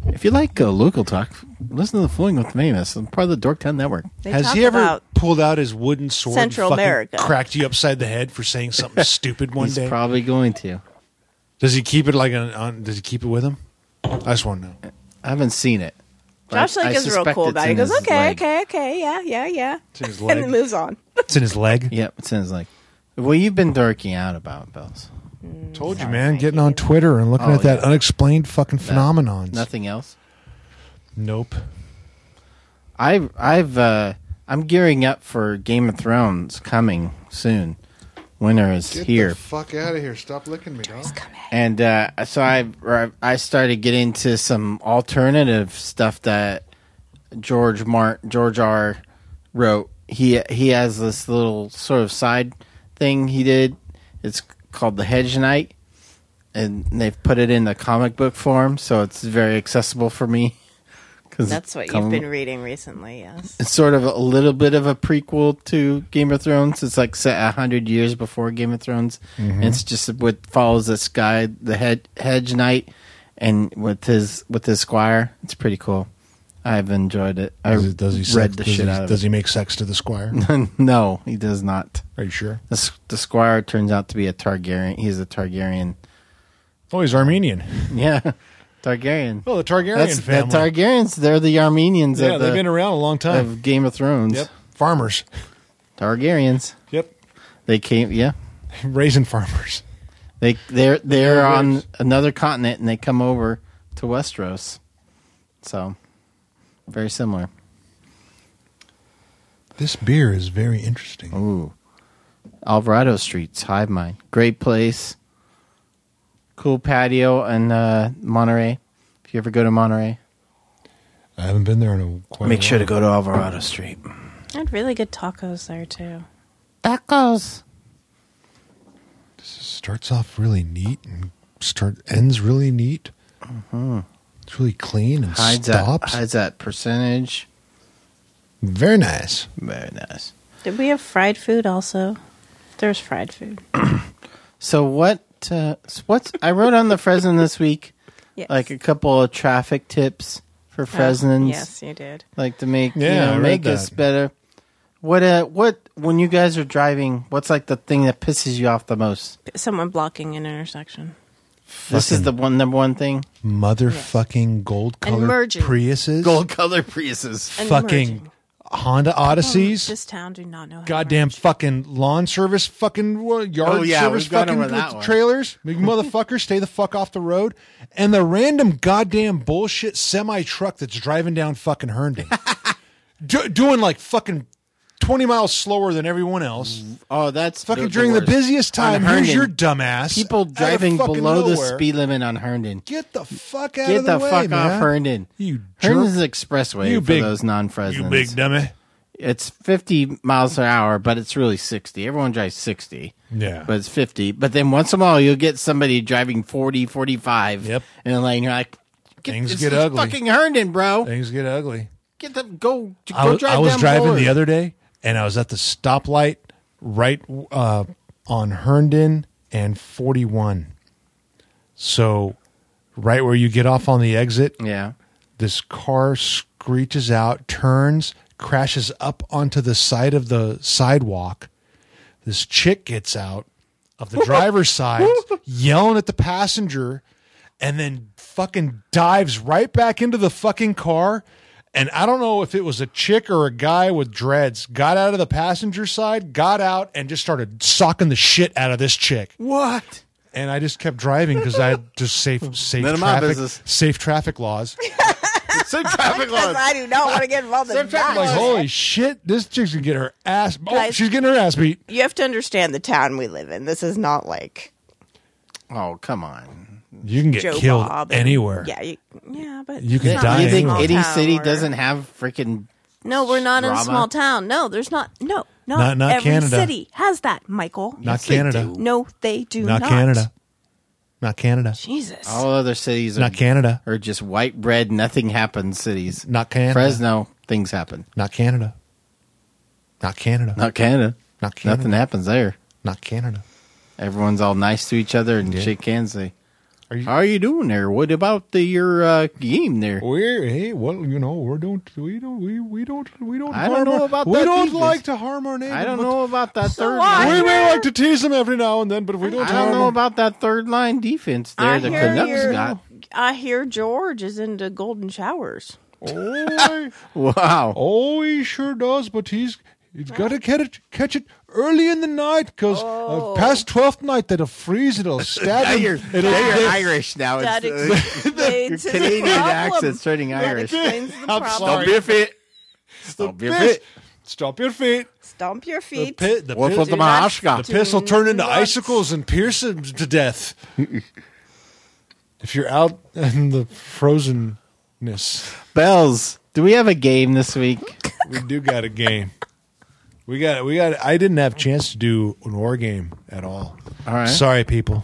[SPEAKER 2] If you like uh, local talk, listen to the Fooling with Famous. I'm part of the Dorktown Network.
[SPEAKER 1] They
[SPEAKER 3] has
[SPEAKER 1] talk
[SPEAKER 3] he ever
[SPEAKER 1] about-
[SPEAKER 3] pulled out his wooden sword
[SPEAKER 1] Central
[SPEAKER 3] and fucking
[SPEAKER 1] America.
[SPEAKER 3] cracked you upside the head for saying <laughs> something stupid one
[SPEAKER 2] He's
[SPEAKER 3] day
[SPEAKER 2] probably going to.
[SPEAKER 3] does he keep it like on, on does he keep it with him I just want to know
[SPEAKER 2] I haven't seen it.
[SPEAKER 1] Josh
[SPEAKER 2] But I
[SPEAKER 1] like is real
[SPEAKER 2] suspect
[SPEAKER 1] cool
[SPEAKER 2] it's
[SPEAKER 1] about it. He
[SPEAKER 2] in
[SPEAKER 1] goes,
[SPEAKER 2] his
[SPEAKER 1] "Okay,
[SPEAKER 2] leg.
[SPEAKER 1] okay, okay, yeah, yeah, yeah,"
[SPEAKER 3] it's in
[SPEAKER 1] <laughs>
[SPEAKER 3] his
[SPEAKER 1] and then
[SPEAKER 3] leg
[SPEAKER 1] moves on.
[SPEAKER 3] it's in his leg
[SPEAKER 2] Yep, it sounds like. Well, you've been dorking out about bells.
[SPEAKER 3] told you man getting on Twitter and looking
[SPEAKER 2] Oh,
[SPEAKER 3] at that
[SPEAKER 2] yeah.
[SPEAKER 3] unexplained fucking phenomenon
[SPEAKER 2] Nothing else.
[SPEAKER 3] nope
[SPEAKER 2] I I've uh, I'm gearing up for Game of Thrones coming soon. Winter is here,
[SPEAKER 3] fuck out of here stop licking me dog.
[SPEAKER 2] and uh, so I or I I started getting to some alternative stuff that George Mart George R wrote. He he has this little sort of side thing he did. It's called the Hedge Knight, and they've put it in the comic book form, so it's very accessible for me. <laughs> 'Cause
[SPEAKER 1] That's what
[SPEAKER 2] come-
[SPEAKER 1] you've been reading recently. Yes.
[SPEAKER 2] it's sort of a little bit of a prequel to Game of Thrones. It's like set a hundred years before Game of Thrones.
[SPEAKER 3] Mm-hmm.
[SPEAKER 2] And it's just what follows this guy, the head, hedge knight, and with his with his squire. It's pretty cool. I've enjoyed it. I
[SPEAKER 3] Does he, does he sex,
[SPEAKER 2] read the
[SPEAKER 3] does
[SPEAKER 2] shit
[SPEAKER 3] he,
[SPEAKER 2] out of
[SPEAKER 3] Does he make sex to the
[SPEAKER 2] <laughs>
[SPEAKER 3] squire?
[SPEAKER 2] it. no, he does not.
[SPEAKER 3] Are you sure?
[SPEAKER 2] The, s- the squire turns out to be a Targaryen. He's a Targaryen. <laughs>
[SPEAKER 3] Oh, he's Armenian.
[SPEAKER 2] Yeah, Targaryen.
[SPEAKER 3] Well, the Targaryen
[SPEAKER 2] That's the
[SPEAKER 3] family.
[SPEAKER 2] Targaryens. They're the Armenians
[SPEAKER 3] yeah,
[SPEAKER 2] of, the,
[SPEAKER 3] they've been around a long time.
[SPEAKER 2] of Game of Thrones.
[SPEAKER 3] yep, farmers.
[SPEAKER 2] Targaryens.
[SPEAKER 3] Yep,
[SPEAKER 2] They came. Yeah.
[SPEAKER 3] <laughs> raisin farmers.
[SPEAKER 2] They they're they're
[SPEAKER 3] They're
[SPEAKER 2] on
[SPEAKER 3] British.
[SPEAKER 2] another continent and they come over to Westeros. So very similar.
[SPEAKER 3] This beer is very interesting.
[SPEAKER 2] Ooh. Alvarado Streets, Hive Mind. Great place. Cool patio in uh, Monterey. If you ever go to Monterey,
[SPEAKER 3] I haven't been there in a quite.
[SPEAKER 2] make
[SPEAKER 3] a
[SPEAKER 2] sure to
[SPEAKER 3] while.
[SPEAKER 2] go to Alvarado Street.
[SPEAKER 1] I had really good tacos there too.
[SPEAKER 2] Tacos.
[SPEAKER 3] Starts off really neat and start ends really neat. It's really clean and
[SPEAKER 2] Mm-hmm. Hides that,
[SPEAKER 3] stops.
[SPEAKER 2] hides that percentage.
[SPEAKER 3] Very nice.
[SPEAKER 2] Very nice.
[SPEAKER 1] Did we have fried food also? There's fried food.
[SPEAKER 2] So what? Uh, so what's I wrote on the Fresno this week,
[SPEAKER 1] Yes.
[SPEAKER 2] like a couple of traffic tips for
[SPEAKER 1] Oh,
[SPEAKER 2] Fresnans.
[SPEAKER 1] yes, you did.
[SPEAKER 2] like to make
[SPEAKER 3] Yeah, I
[SPEAKER 2] you know
[SPEAKER 3] read
[SPEAKER 2] make us
[SPEAKER 3] that.
[SPEAKER 2] better. What uh what when you guys are driving, what's like the thing that pisses you off the most?
[SPEAKER 1] Someone blocking an intersection.
[SPEAKER 2] This is
[SPEAKER 3] Fucking
[SPEAKER 2] the one number one thing.
[SPEAKER 3] Motherfucking gold color
[SPEAKER 1] merging.
[SPEAKER 3] Priuses.
[SPEAKER 2] Gold color Priuses.
[SPEAKER 1] And merging.
[SPEAKER 3] fucking Honda Odysseys.
[SPEAKER 1] This town do not know. How to
[SPEAKER 3] Goddamn
[SPEAKER 1] merge.
[SPEAKER 3] fucking lawn service, fucking wa- yard
[SPEAKER 2] Oh, yeah,
[SPEAKER 3] service,
[SPEAKER 2] we've gone
[SPEAKER 3] fucking
[SPEAKER 2] over that one.
[SPEAKER 3] trailers. Big motherfucker, stay the fuck off the road. And the random goddamn bullshit semi truck that's driving down
[SPEAKER 2] <laughs>
[SPEAKER 3] fucking Herndon, Do- doing like fucking twenty miles slower than everyone else.
[SPEAKER 2] Oh, that's
[SPEAKER 3] Fucking
[SPEAKER 2] the- the
[SPEAKER 3] during the
[SPEAKER 2] worst.
[SPEAKER 3] busiest
[SPEAKER 2] On
[SPEAKER 3] time, here's
[SPEAKER 2] Herndon,
[SPEAKER 3] your dumbass.
[SPEAKER 2] people
[SPEAKER 3] out of
[SPEAKER 2] driving
[SPEAKER 3] fucking
[SPEAKER 2] below the
[SPEAKER 3] nowhere.
[SPEAKER 2] speed limit on Herndon.
[SPEAKER 3] Get the fuck out
[SPEAKER 2] Get
[SPEAKER 3] of the,
[SPEAKER 2] the,
[SPEAKER 3] way,
[SPEAKER 2] fuck
[SPEAKER 3] man.
[SPEAKER 2] off Herndon.
[SPEAKER 3] You
[SPEAKER 2] Herndon's
[SPEAKER 3] jerk.
[SPEAKER 2] the expressway
[SPEAKER 3] You
[SPEAKER 2] for
[SPEAKER 3] big-
[SPEAKER 2] those non-Fresnans.
[SPEAKER 3] You big dummy.
[SPEAKER 2] it's 50 miles an hour, but it's really 60. Everyone drives 60.
[SPEAKER 3] Yeah.
[SPEAKER 2] But it's 50. But then once in a while, you'll get somebody driving 40, 45
[SPEAKER 3] Yep.
[SPEAKER 2] in a lane. You're like,
[SPEAKER 3] Things
[SPEAKER 2] it's
[SPEAKER 3] get
[SPEAKER 2] just
[SPEAKER 3] ugly.
[SPEAKER 2] fucking Herndon, bro.
[SPEAKER 3] Things get ugly.
[SPEAKER 2] Get the, go, go
[SPEAKER 3] I, was-
[SPEAKER 2] drive
[SPEAKER 3] I was
[SPEAKER 2] down
[SPEAKER 3] driving
[SPEAKER 2] Boulder.
[SPEAKER 3] the other day and I was at the stoplight right uh, on Herndon and 41. So, right where you get off on the exit,
[SPEAKER 2] Yeah.
[SPEAKER 3] this car screeches out, turns, crashes up onto the side of the sidewalk. This chick gets out
[SPEAKER 2] <laughs>
[SPEAKER 3] of the driver's side, yelling at the passenger, and then fucking dives right back into the fucking car. And I don't know if it was a chick or a guy with dreads got out of the passenger side, got out, and just started socking the shit out of this chick
[SPEAKER 2] What?
[SPEAKER 3] and I just kept driving because I had just safe safe
[SPEAKER 2] None of my
[SPEAKER 3] traffic
[SPEAKER 2] business.
[SPEAKER 3] safe traffic laws.
[SPEAKER 2] Same traffic
[SPEAKER 1] Because
[SPEAKER 2] laws.
[SPEAKER 1] I do not want to get involved in
[SPEAKER 2] traffic
[SPEAKER 3] Like
[SPEAKER 2] laws.
[SPEAKER 1] that.
[SPEAKER 3] holy shit, this chick's gonna get her ass. Oh,
[SPEAKER 1] Guys.
[SPEAKER 3] she's getting her ass beat.
[SPEAKER 1] You have to understand the town we live in. This is not like
[SPEAKER 2] Oh, come on.
[SPEAKER 3] You can get
[SPEAKER 1] Joe
[SPEAKER 3] killed
[SPEAKER 1] Bob. and-
[SPEAKER 3] anywhere.
[SPEAKER 1] Yeah, you, yeah, but
[SPEAKER 3] You
[SPEAKER 1] it's
[SPEAKER 3] can
[SPEAKER 1] not
[SPEAKER 3] die
[SPEAKER 1] like
[SPEAKER 2] you
[SPEAKER 1] a
[SPEAKER 2] think
[SPEAKER 1] small
[SPEAKER 3] anywhere.
[SPEAKER 2] Itty
[SPEAKER 1] town
[SPEAKER 2] City
[SPEAKER 1] or-
[SPEAKER 2] doesn't have freaking.
[SPEAKER 1] No, we're not in a
[SPEAKER 2] drama?
[SPEAKER 1] small town. No, there's not. No, not,
[SPEAKER 3] Not- not
[SPEAKER 1] every
[SPEAKER 3] Canada.
[SPEAKER 1] city has that, Michael.
[SPEAKER 3] Not
[SPEAKER 2] they
[SPEAKER 3] Canada.
[SPEAKER 2] do.
[SPEAKER 1] No, they do
[SPEAKER 3] Not
[SPEAKER 1] not.
[SPEAKER 3] Canada. Not Canada.
[SPEAKER 1] Jesus.
[SPEAKER 2] All other cities are,
[SPEAKER 3] Not Canada.
[SPEAKER 2] are just white bread, nothing happens cities.
[SPEAKER 3] Not Canada.
[SPEAKER 2] Fresno, things happen.
[SPEAKER 3] Not Canada. Not Canada.
[SPEAKER 2] Not Canada.
[SPEAKER 3] Not Canada.
[SPEAKER 2] Nothing happens there.
[SPEAKER 3] Not Canada.
[SPEAKER 2] Everyone's all nice to each other and
[SPEAKER 3] Yeah.
[SPEAKER 2] shake hands. They,
[SPEAKER 3] Are you-
[SPEAKER 2] how are you doing there? What about the, your uh, game there?
[SPEAKER 3] We're hey, well, you know, we don't, we don't, we, we don't, we don't.
[SPEAKER 2] I don't know about
[SPEAKER 3] we
[SPEAKER 2] that
[SPEAKER 3] don't
[SPEAKER 2] defense.
[SPEAKER 3] like to harm our neighbors.
[SPEAKER 2] I don't know about that third.
[SPEAKER 1] why?
[SPEAKER 2] Line.
[SPEAKER 3] We may like to tease them every now and then, but we don't.
[SPEAKER 2] I
[SPEAKER 3] harm
[SPEAKER 2] don't know
[SPEAKER 3] them.
[SPEAKER 2] about that third line defense there.
[SPEAKER 1] I
[SPEAKER 2] The
[SPEAKER 1] hear
[SPEAKER 2] Canucks
[SPEAKER 1] you're-
[SPEAKER 2] got
[SPEAKER 1] I hear George is into golden showers.
[SPEAKER 3] Oh,
[SPEAKER 2] wow.
[SPEAKER 3] Oh, he sure does, but he's he's got to catch it, catch it early in the night because
[SPEAKER 1] Oh.
[SPEAKER 3] uh, past twelfth night that'll
[SPEAKER 2] <laughs>
[SPEAKER 3] freeze, it'll stab him. it'll,
[SPEAKER 2] Irish now.
[SPEAKER 1] That explains his
[SPEAKER 2] Canadian
[SPEAKER 1] problem.
[SPEAKER 2] accent's turning
[SPEAKER 1] That
[SPEAKER 2] Irish.
[SPEAKER 1] explains
[SPEAKER 2] <laughs>
[SPEAKER 1] the
[SPEAKER 3] I'm
[SPEAKER 1] problem.
[SPEAKER 3] sorry.
[SPEAKER 2] biff it.
[SPEAKER 3] the
[SPEAKER 2] Stop your
[SPEAKER 3] piss-
[SPEAKER 2] feet.
[SPEAKER 3] Stop your feet.
[SPEAKER 1] Stomp your
[SPEAKER 3] The,
[SPEAKER 1] feet.
[SPEAKER 3] pit, the,
[SPEAKER 2] Wolf
[SPEAKER 3] pit,
[SPEAKER 2] of the
[SPEAKER 1] Do not-
[SPEAKER 2] Mahaska.
[SPEAKER 3] the piss will turn into
[SPEAKER 1] Not-
[SPEAKER 3] icicles and pierce him to death. if you're out in the frozenness,
[SPEAKER 2] Bells. Do we have a game this week?
[SPEAKER 3] we do got a game. We got we got. I didn't have a chance to do an war game at all.
[SPEAKER 2] All right.
[SPEAKER 3] Sorry, people.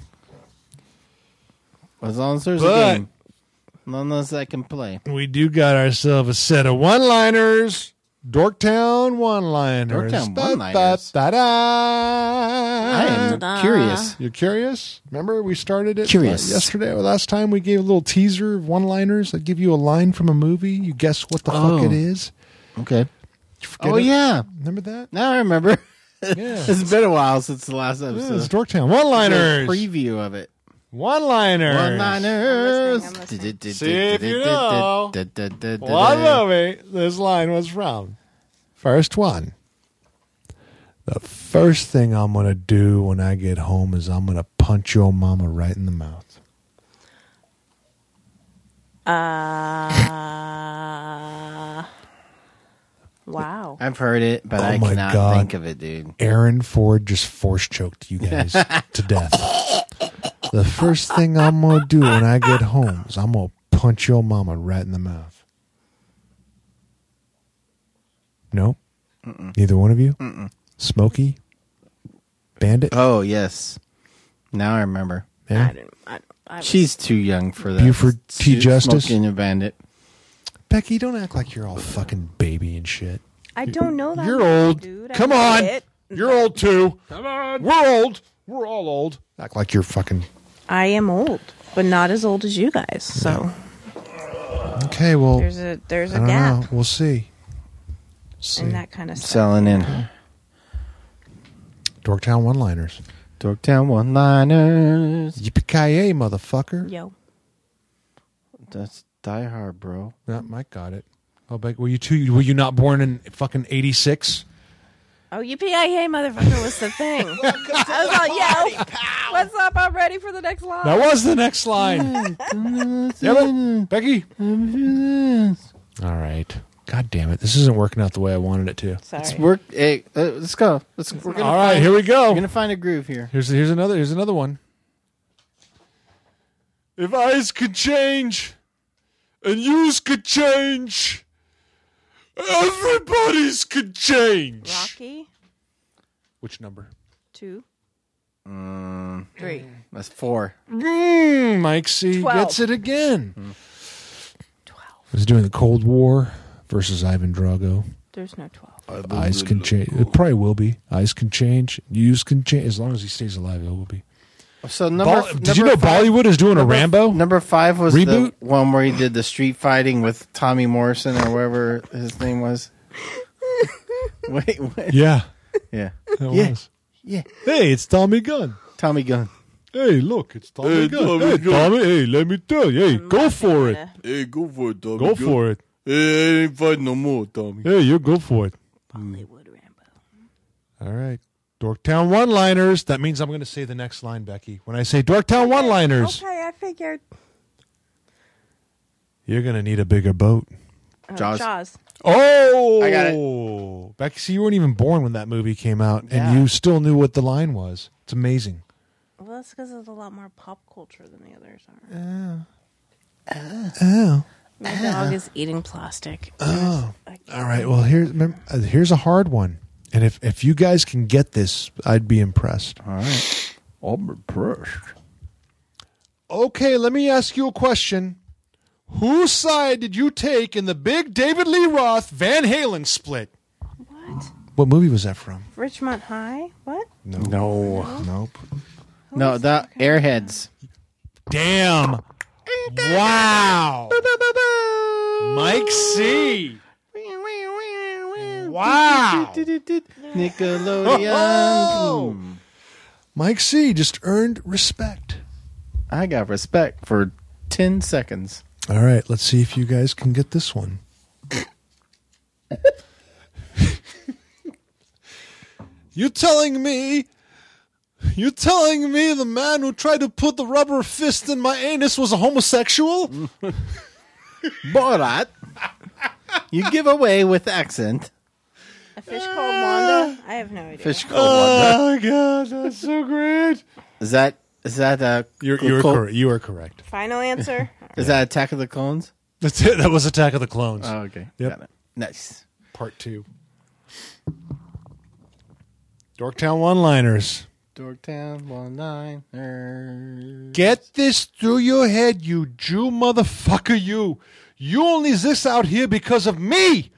[SPEAKER 2] As long as there's
[SPEAKER 3] But-
[SPEAKER 2] a game. As long as I can play.
[SPEAKER 3] We do got ourselves a set of one liners. Dorktown one liners.
[SPEAKER 2] Dorktown one-liners.
[SPEAKER 3] Da, da, da.
[SPEAKER 2] I am
[SPEAKER 1] Ta-da.
[SPEAKER 2] curious.
[SPEAKER 3] You're curious? Remember we started it
[SPEAKER 2] Curious.
[SPEAKER 3] uh, yesterday. Last time we gave a little teaser of one liners. I give you a line from a movie. You guess what the
[SPEAKER 2] Oh.
[SPEAKER 3] fuck it is.
[SPEAKER 2] Okay.
[SPEAKER 3] You forget
[SPEAKER 2] Oh
[SPEAKER 3] it?
[SPEAKER 2] yeah.
[SPEAKER 3] Remember that?
[SPEAKER 2] Now I remember. it's been a while since the last
[SPEAKER 3] Yeah,
[SPEAKER 2] episode.
[SPEAKER 3] it's Dorktown. One liners.
[SPEAKER 2] preview of it.
[SPEAKER 3] one liners.
[SPEAKER 2] One liners.
[SPEAKER 1] I'm listening,
[SPEAKER 3] See if you know. What movie this line was from? First one. The first thing I'm going to do when I get home is I'm going to punch your mama right in the mouth. <laughs>
[SPEAKER 1] Uh, wow.
[SPEAKER 2] I've heard it, but
[SPEAKER 3] Oh
[SPEAKER 2] I
[SPEAKER 3] my
[SPEAKER 2] cannot
[SPEAKER 3] God.
[SPEAKER 2] think of it, dude.
[SPEAKER 3] Aaron Ford just force choked you guys to death. The first thing I'm gonna do when I get home is I'm gonna punch your mama right in the mouth. No, neither one of you. Smokey, Bandit,
[SPEAKER 2] Oh yes, now I remember.
[SPEAKER 3] yeah?
[SPEAKER 1] I didn't. I, I was-
[SPEAKER 2] She's too young for that.
[SPEAKER 3] Buford T.
[SPEAKER 2] She's
[SPEAKER 3] Justice?
[SPEAKER 2] smoking a bandit.
[SPEAKER 3] Becky. Don't act like you're all fucking baby and shit.
[SPEAKER 1] I don't know that.
[SPEAKER 3] You're
[SPEAKER 1] much,
[SPEAKER 3] old.
[SPEAKER 1] dude. I
[SPEAKER 3] Come
[SPEAKER 1] know
[SPEAKER 3] on.
[SPEAKER 1] it.
[SPEAKER 3] You're old too. Come on. We're old. We're all old. Act like you're fucking.
[SPEAKER 1] I am old, but not as old as you guys. So
[SPEAKER 3] Okay, well,
[SPEAKER 1] there's a there's
[SPEAKER 3] Oh, I
[SPEAKER 1] a
[SPEAKER 3] don't know.
[SPEAKER 1] gap
[SPEAKER 3] We'll see. See.
[SPEAKER 1] in that kind of stuff.
[SPEAKER 2] Selling in
[SPEAKER 3] Dorktown one-liners.
[SPEAKER 2] Dorktown one-liners.
[SPEAKER 3] Yippee ki yay, motherfucker!
[SPEAKER 1] Yo,
[SPEAKER 2] That's Die Hard, bro.
[SPEAKER 3] Yeah, Mike got it. Oh, but were you too? Were you not born in fucking '86?
[SPEAKER 1] oh UPIA motherfucker was the
[SPEAKER 3] <laughs>
[SPEAKER 1] thing. I was all yo. What's up? I'm ready for the next line.
[SPEAKER 3] That was the
[SPEAKER 1] <laughs>
[SPEAKER 3] next line. Damn it, Becky. All right. God damn it! This isn't working out the way I wanted it to.
[SPEAKER 1] Sorry.
[SPEAKER 2] Let's work. Hey, uh, let's go. Let's. We're gonna.
[SPEAKER 3] All
[SPEAKER 2] find,
[SPEAKER 3] right, here we
[SPEAKER 2] We're
[SPEAKER 3] go.
[SPEAKER 2] gonna find a groove here.
[SPEAKER 3] Here's here's another here's another one. If eyes could change, and yous could change, everybody's could change.
[SPEAKER 1] Rocky
[SPEAKER 3] Which number?
[SPEAKER 1] two, three,
[SPEAKER 2] That's four.
[SPEAKER 3] Mm, Mike C
[SPEAKER 1] Twelve.
[SPEAKER 3] gets it again. Twelve. It was during the Cold War versus Ivan Drago.
[SPEAKER 1] There's no twelve.
[SPEAKER 3] Eyes can change. It probably will be. Eyes can change. Yous can change. As long as he stays alive, it will be.
[SPEAKER 2] So number.
[SPEAKER 3] Bol-
[SPEAKER 2] f-
[SPEAKER 3] did you
[SPEAKER 2] number
[SPEAKER 3] know
[SPEAKER 2] five-
[SPEAKER 3] Bollywood is doing a Rambo?
[SPEAKER 2] Number five was
[SPEAKER 3] Reboot?
[SPEAKER 2] the one where he did the street fighting with Tommy Morrison or whatever his name was. Wait, what?
[SPEAKER 3] Yeah,
[SPEAKER 2] Yeah.
[SPEAKER 3] it
[SPEAKER 2] Yeah.
[SPEAKER 3] was.
[SPEAKER 2] Yeah.
[SPEAKER 3] Hey, it's Tommy Gunn.
[SPEAKER 2] Tommy Gunn.
[SPEAKER 3] Hey, look, it's Tommy hey, Gunn. hey, Tommy, hey, let me tell you. Hey, go for it.
[SPEAKER 2] Hey, go for it, Tommy.
[SPEAKER 3] Go for it.
[SPEAKER 2] Hey, ain't fighting no more, Tommy.
[SPEAKER 3] Hey, you go for it.
[SPEAKER 1] Hollywood Rambo.
[SPEAKER 3] All right. Dorktown one liners. That means I'm going to say the next line, Becky. When I say Dorktown one liners,
[SPEAKER 1] Okay, I figured.
[SPEAKER 3] you're going to need a bigger boat.
[SPEAKER 1] Oh,
[SPEAKER 2] Jaws.
[SPEAKER 1] Jaws.
[SPEAKER 3] Oh,
[SPEAKER 2] I got
[SPEAKER 3] Becky, see, you weren't even born when that movie came out,
[SPEAKER 2] Yeah.
[SPEAKER 3] and you still knew what the line was. It's amazing.
[SPEAKER 1] Well, that's because it's a lot more pop culture than the others are.
[SPEAKER 3] Oh,
[SPEAKER 1] My dog is eating plastic. I can't-
[SPEAKER 3] all right. Well, here's remem- uh, here's a hard one, and if if you guys can get this, I'd be impressed.
[SPEAKER 2] All right. I'm impressed.
[SPEAKER 3] Okay, let me ask you a question. Whose side did you take in the big David Lee Roth Van Halen split?
[SPEAKER 1] What?
[SPEAKER 3] What movie was that from?
[SPEAKER 1] Richmond High? What?
[SPEAKER 2] No.
[SPEAKER 3] Nope.
[SPEAKER 2] No, the Airheads.
[SPEAKER 3] Damn. Wow. Mike C. Wow.
[SPEAKER 2] Nickelodeon.
[SPEAKER 3] <laughs>
[SPEAKER 2] Boom.
[SPEAKER 3] Mike C just earned respect.
[SPEAKER 2] I got respect for 10 seconds.
[SPEAKER 3] All right, let's see if you guys can get this <laughs> one. you're telling me, you're telling me the man who tried to put the rubber fist in my anus was a homosexual?
[SPEAKER 2] Borat. You give away with accent.
[SPEAKER 1] A fish called Wanda? I have no idea.
[SPEAKER 2] Fish called Wanda.
[SPEAKER 3] Oh, my god, that's so great!
[SPEAKER 2] Is that is that a
[SPEAKER 3] <laughs> You're, you're
[SPEAKER 2] co-
[SPEAKER 3] correct. You are correct.
[SPEAKER 1] Final answer.
[SPEAKER 2] Is that Attack of the Clones?
[SPEAKER 3] That's it. That was Attack of the Clones,
[SPEAKER 2] Oh, okay.
[SPEAKER 3] Yep.
[SPEAKER 2] Got it. Nice.
[SPEAKER 3] part two. Dorktown one-liners.
[SPEAKER 2] Dorktown one nine.
[SPEAKER 3] Get this through your head, you Jew motherfucker, you. You only exist out here because of me.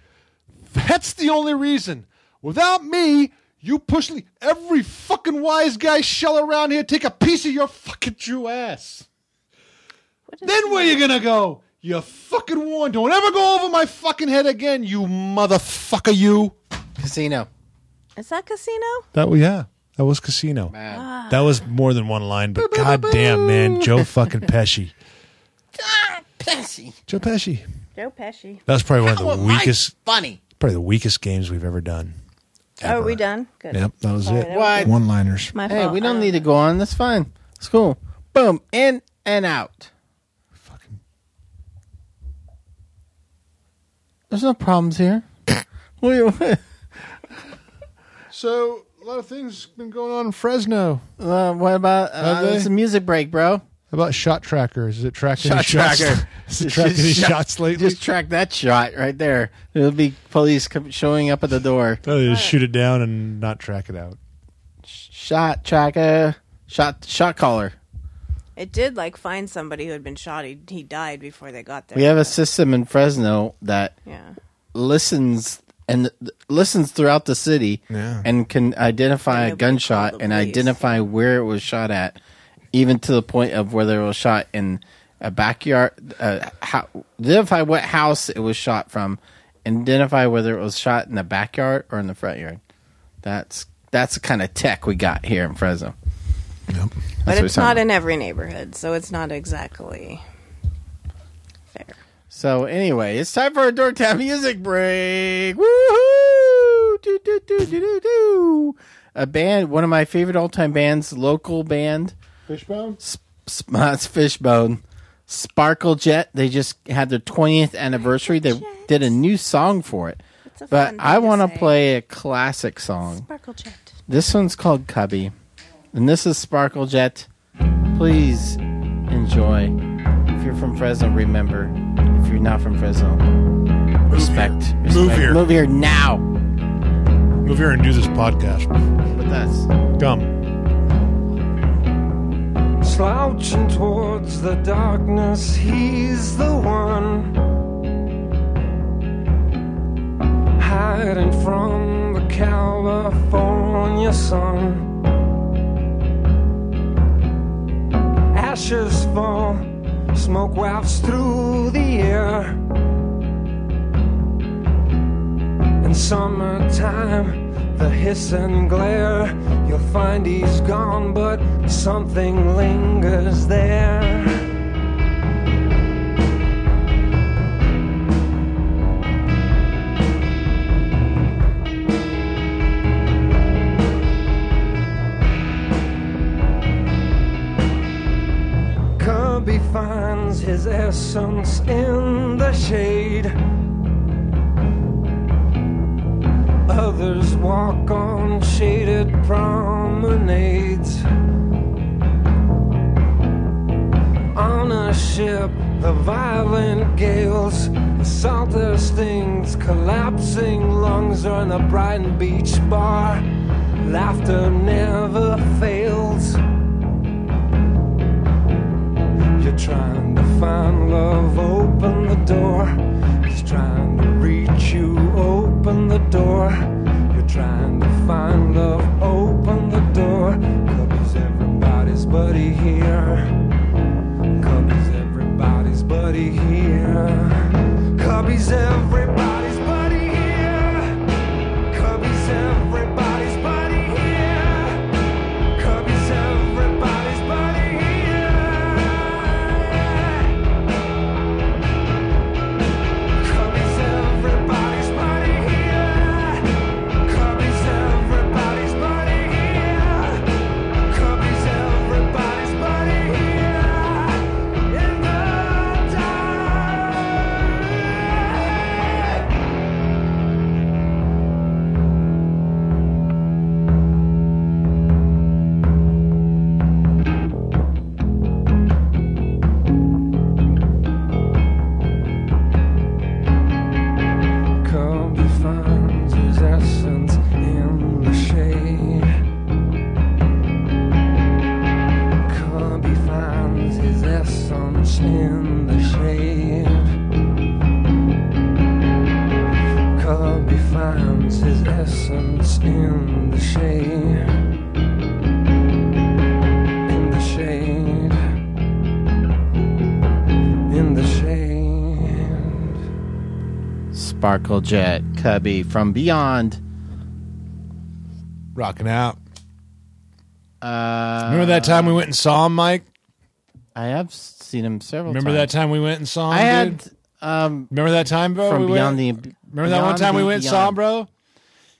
[SPEAKER 3] That's the only reason. Without me, you pushly every fucking wise guy shell around here take a piece of your fucking Jew ass.
[SPEAKER 1] What is
[SPEAKER 3] Then where you gonna go? You fucking warned. Don't ever go over my fucking head again, you motherfucker, you.
[SPEAKER 2] Casino.
[SPEAKER 1] <laughs> Is that casino?
[SPEAKER 3] That yeah, that was casino.
[SPEAKER 2] Man.
[SPEAKER 1] Ah.
[SPEAKER 3] That was more than one line, but goddamn, man, Joe
[SPEAKER 1] <laughs>
[SPEAKER 3] fucking Pesci.
[SPEAKER 2] Pessy.
[SPEAKER 3] Joe Pesci.
[SPEAKER 1] Joe Pesci.
[SPEAKER 3] That was probably one of
[SPEAKER 2] Well,
[SPEAKER 3] the
[SPEAKER 2] Mike's
[SPEAKER 3] weakest.
[SPEAKER 2] funny.
[SPEAKER 3] probably the weakest games we've ever done.
[SPEAKER 1] Oh, are we
[SPEAKER 3] Ever.
[SPEAKER 1] done? Good.
[SPEAKER 3] Yep, that was
[SPEAKER 1] Sorry,
[SPEAKER 3] it.
[SPEAKER 1] that
[SPEAKER 2] was good.
[SPEAKER 3] One liners.
[SPEAKER 1] My
[SPEAKER 2] Hey,
[SPEAKER 1] fault.
[SPEAKER 2] we don't
[SPEAKER 1] Uh,
[SPEAKER 2] need to go on. That's fine. It's cool. Boom. In and out.
[SPEAKER 3] Fucking
[SPEAKER 2] <laughs> There's no problems here. What do you- <laughs>
[SPEAKER 3] So a lot of things been going on in Fresno.
[SPEAKER 2] Uh, what about uh,
[SPEAKER 3] Okay.
[SPEAKER 2] it's a music break, bro?
[SPEAKER 3] How about shot trackers? Is it tracking
[SPEAKER 2] Shot
[SPEAKER 3] shots?
[SPEAKER 2] tracker.
[SPEAKER 3] <laughs> Is it tracking any
[SPEAKER 2] shot-
[SPEAKER 3] shots lately?
[SPEAKER 2] Just track that shot right there. It'll be police com- showing up at the door.
[SPEAKER 3] Oh, they just shoot it down and not track it out.
[SPEAKER 2] Shot tracker. Shot shot caller.
[SPEAKER 1] It did like find somebody who had been shot. He, he died before they got there.
[SPEAKER 2] We have a system in Fresno that
[SPEAKER 1] yeah.
[SPEAKER 2] listens and th- listens throughout the city
[SPEAKER 3] Yeah.
[SPEAKER 2] and can
[SPEAKER 1] And
[SPEAKER 2] identify a
[SPEAKER 1] nobody
[SPEAKER 2] gunshot
[SPEAKER 1] called the
[SPEAKER 2] and
[SPEAKER 1] police.
[SPEAKER 2] identify where it was shot at, even to the point of whether it was shot in a backyard, uh, how, identify what house it was shot from, and identify whether it was shot in the backyard or in the front yard. That's that's the kind of tech we got here in Fresno.
[SPEAKER 1] But
[SPEAKER 2] what
[SPEAKER 1] it's
[SPEAKER 2] we're talking
[SPEAKER 1] not
[SPEAKER 2] about.
[SPEAKER 1] in every neighborhood, so it's not exactly fair.
[SPEAKER 2] So anyway, it's time for our Dorktown music break. Woohoo! Do, do, do, do, do, do. A band, one of my favorite all-time bands, local band,
[SPEAKER 3] Fishbone?
[SPEAKER 2] Sp- <laughs> uh, it's Fishbone, Sparkle Jet. They just had their 20th anniversary. They
[SPEAKER 1] Sparkle Jet.
[SPEAKER 2] did a new song for it.
[SPEAKER 1] It's a
[SPEAKER 2] But
[SPEAKER 1] fun
[SPEAKER 2] I
[SPEAKER 1] thing to
[SPEAKER 2] want to
[SPEAKER 1] say.
[SPEAKER 2] play a classic song.
[SPEAKER 1] Sparkle Jet.
[SPEAKER 2] This one's called Cubby, and this is Sparkle Jet. Please enjoy. If you're from Fresno, remember. If you're not from Fresno, respect. respect.
[SPEAKER 3] Move here.
[SPEAKER 2] Move here now.
[SPEAKER 3] Move here and do this podcast.
[SPEAKER 2] With us.
[SPEAKER 3] Come.
[SPEAKER 4] Slouching towards the darkness, he's the one. Hiding from the California sun. Ashes fall, smoke wafts through the air. In summertime, the hiss and glare, you'll find he's gone, but something lingers there. Kirby finds his essence in the shade. Others walk on shaded promenades. On a ship, the violent gales, the salter stings, collapsing lungs are in a Brighton Beach bar. Laughter never fails. You're trying to find love, open the door. He's trying to reach you, open the door. You're trying to find love, open the door. Cubby's everybody's buddy here. Cubby's everybody's buddy here. Cubby's everybody's buddy here. Cubby's everybody's buddy here. Cubby's everybody's buddy here. Cubby's everybody's buddy here. Cubby's everybody's buddy here. Cubby's everybody's buddy here. In the dark. Cubby finds his essence in the shade. Cubby finds his essence in the shade. Cubby finds his essence in the shade. In the shade. In the shade.
[SPEAKER 2] Sparkle Jet, Cubby from Beyond.
[SPEAKER 3] Rocking out.
[SPEAKER 2] Uh,
[SPEAKER 3] Remember that time we went and saw him, Mike?
[SPEAKER 2] I have seen him several
[SPEAKER 3] Remember that
[SPEAKER 2] times.
[SPEAKER 3] time we went and saw him?
[SPEAKER 2] I
[SPEAKER 3] dude?
[SPEAKER 2] had um,
[SPEAKER 3] Remember that time, bro?
[SPEAKER 2] from
[SPEAKER 3] we
[SPEAKER 2] Beyond
[SPEAKER 3] went,
[SPEAKER 2] the.
[SPEAKER 3] Remember that one
[SPEAKER 2] Beyond
[SPEAKER 3] time we
[SPEAKER 2] the
[SPEAKER 3] went and saw him,
[SPEAKER 2] Beyond.
[SPEAKER 3] bro?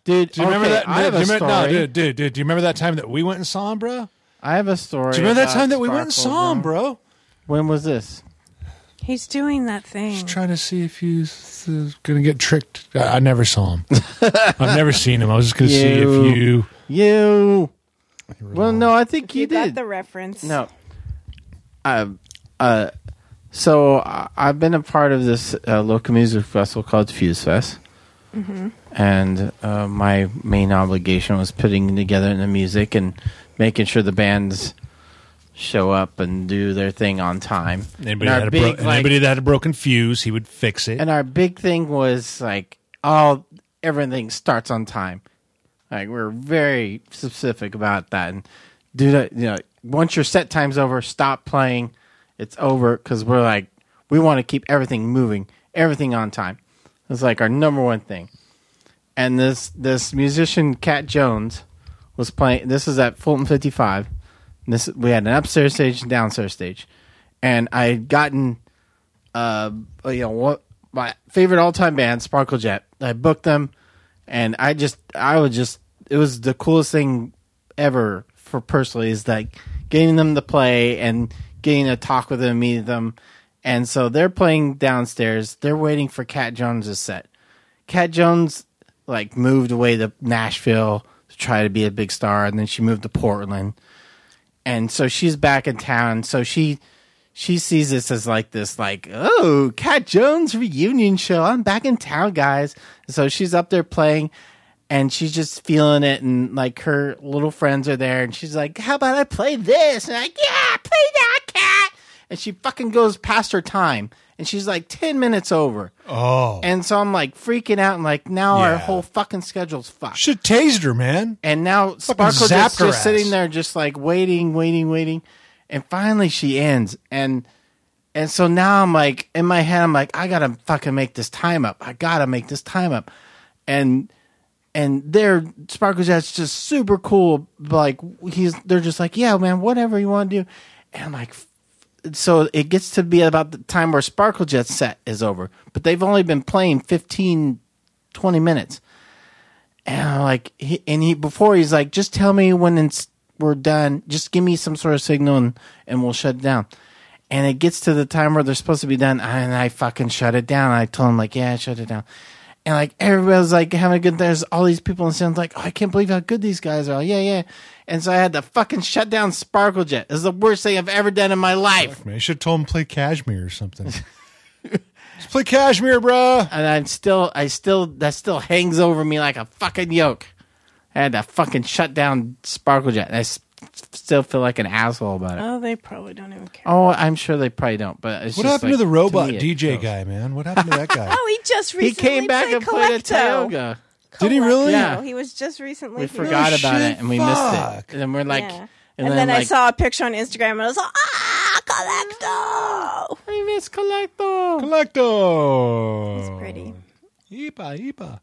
[SPEAKER 2] Dude,
[SPEAKER 3] Do you remember
[SPEAKER 2] okay,
[SPEAKER 3] that?
[SPEAKER 2] I have
[SPEAKER 3] do you
[SPEAKER 2] a story.
[SPEAKER 3] remember, No, dude, dude, dude. Do you remember that time that we went and saw him, bro?
[SPEAKER 2] I have a story.
[SPEAKER 3] Do you remember that
[SPEAKER 2] about
[SPEAKER 3] time that we went and
[SPEAKER 2] Sparkle
[SPEAKER 3] saw him,
[SPEAKER 2] Jet.
[SPEAKER 3] bro?
[SPEAKER 2] When was this?
[SPEAKER 1] He's doing that thing.
[SPEAKER 3] Just trying to see if he's uh, going to get tricked. I, I never
[SPEAKER 2] <laughs>
[SPEAKER 3] saw him. I've never seen him. I was just going to see
[SPEAKER 2] You.
[SPEAKER 3] if you.
[SPEAKER 2] You. Well, no, I think he
[SPEAKER 1] you got
[SPEAKER 2] did.
[SPEAKER 1] the reference.
[SPEAKER 2] No. I, uh, so I, I've been a part of this uh, local music festival called Fuse Fest, and uh, my main obligation was putting together the music and making sure the bands show up and do their thing on time. And
[SPEAKER 3] Anybody
[SPEAKER 2] our
[SPEAKER 3] that, had a bro-
[SPEAKER 2] big, like-
[SPEAKER 3] anybody that had a broken fuse, he would fix it.
[SPEAKER 2] and our big thing was like all everything starts on time. Like we're very specific about that, and do that. You know, once your set time's over, stop playing. It's over because we're like we want to keep everything moving, everything on time. It's like our number one thing. And this this musician Cat Jones was playing. This is at Fulton Fifty Five. This we had an upstairs stage and downstairs stage, and I had gotten uh, you know, what my favorite all time band, Sparkle Jet. I booked them, and I just, I would just, it was the coolest thing ever for personally is like getting them to play and getting to talk with them, meet them. And so they're playing downstairs. They're waiting for Cat Jones' set. Cat Jones like moved away to Nashville to try to be a big star, and then she moved to Portland and so she's back in town so she she sees this as like this like oh cat jones reunion show i'm back in town guys so she's up there playing and she's just feeling it and like her little friends are there and she's like how about i play this and like yeah play that cat and she fucking goes past her time and she's like 10 minutes over
[SPEAKER 3] oh.
[SPEAKER 2] and so i'm like freaking out and like now our
[SPEAKER 3] Yeah.
[SPEAKER 2] whole fucking schedule's fucked
[SPEAKER 3] Should tased her, man.
[SPEAKER 2] and now Sparkle
[SPEAKER 3] zapped
[SPEAKER 2] just,
[SPEAKER 3] her
[SPEAKER 2] just
[SPEAKER 3] ass.
[SPEAKER 2] sitting there, just like waiting, waiting, waiting, and finally she ends. And and so now I'm like in my head, I'm like, I gotta fucking make this time up. I gotta make this time up. And and they're Sparkle Jet's just super cool. Like he's, they're just like, yeah, man, whatever you want to do. And I'm like, f- so it gets to be about the time where Sparkle Jet's set is over, but they've only been playing 15, 20 minutes. And I'm like, he, and he before he's like, just tell me when it's, we're done. Just give me some sort of signal and, and we'll shut it down. And it gets to the time where they're supposed to be done, and I fucking shut it down. I told him like, yeah, shut it down. And like everybody's like having a good. There's all these people in the stands like, oh, I can't believe how good these guys are. Yeah, yeah. And so I had to fucking shut down Sparklejet. It's the worst thing I've ever done in my life.
[SPEAKER 3] Man, you should have told him to play Cashmere or
[SPEAKER 2] <laughs>
[SPEAKER 3] something. Let's play Cashmere, bruh.
[SPEAKER 2] and I'm still, I still, that still hangs over me like a fucking yoke. I had to fucking shut down Sparklejet, and I s- still feel like an asshole about it.
[SPEAKER 1] Oh, they probably don't even care.
[SPEAKER 2] Oh, I'm sure they probably don't. But it's
[SPEAKER 3] What
[SPEAKER 2] just
[SPEAKER 3] happened
[SPEAKER 2] like,
[SPEAKER 3] to the robot
[SPEAKER 2] me, it
[SPEAKER 3] DJ
[SPEAKER 2] goes.
[SPEAKER 3] guy, man? What happened to that
[SPEAKER 2] <laughs>
[SPEAKER 3] guy?
[SPEAKER 1] Oh, he just
[SPEAKER 2] He
[SPEAKER 1] recently
[SPEAKER 2] came back and played a
[SPEAKER 1] Collecto.
[SPEAKER 2] Tioga.
[SPEAKER 3] Did he really?
[SPEAKER 2] Yeah.
[SPEAKER 1] He was just recently.
[SPEAKER 2] We
[SPEAKER 1] here.
[SPEAKER 2] forgot
[SPEAKER 3] Oh,
[SPEAKER 2] about
[SPEAKER 3] shit,
[SPEAKER 2] it and we missed
[SPEAKER 3] fuck.
[SPEAKER 2] it. And then we're like,
[SPEAKER 1] Yeah.
[SPEAKER 2] and,
[SPEAKER 1] And, then, I
[SPEAKER 2] like,
[SPEAKER 1] saw a picture on Instagram and I was like, ah, Collecto.
[SPEAKER 2] I miss Collecto.
[SPEAKER 3] Collecto.
[SPEAKER 1] It's pretty.
[SPEAKER 3] Yeepa, yeepa.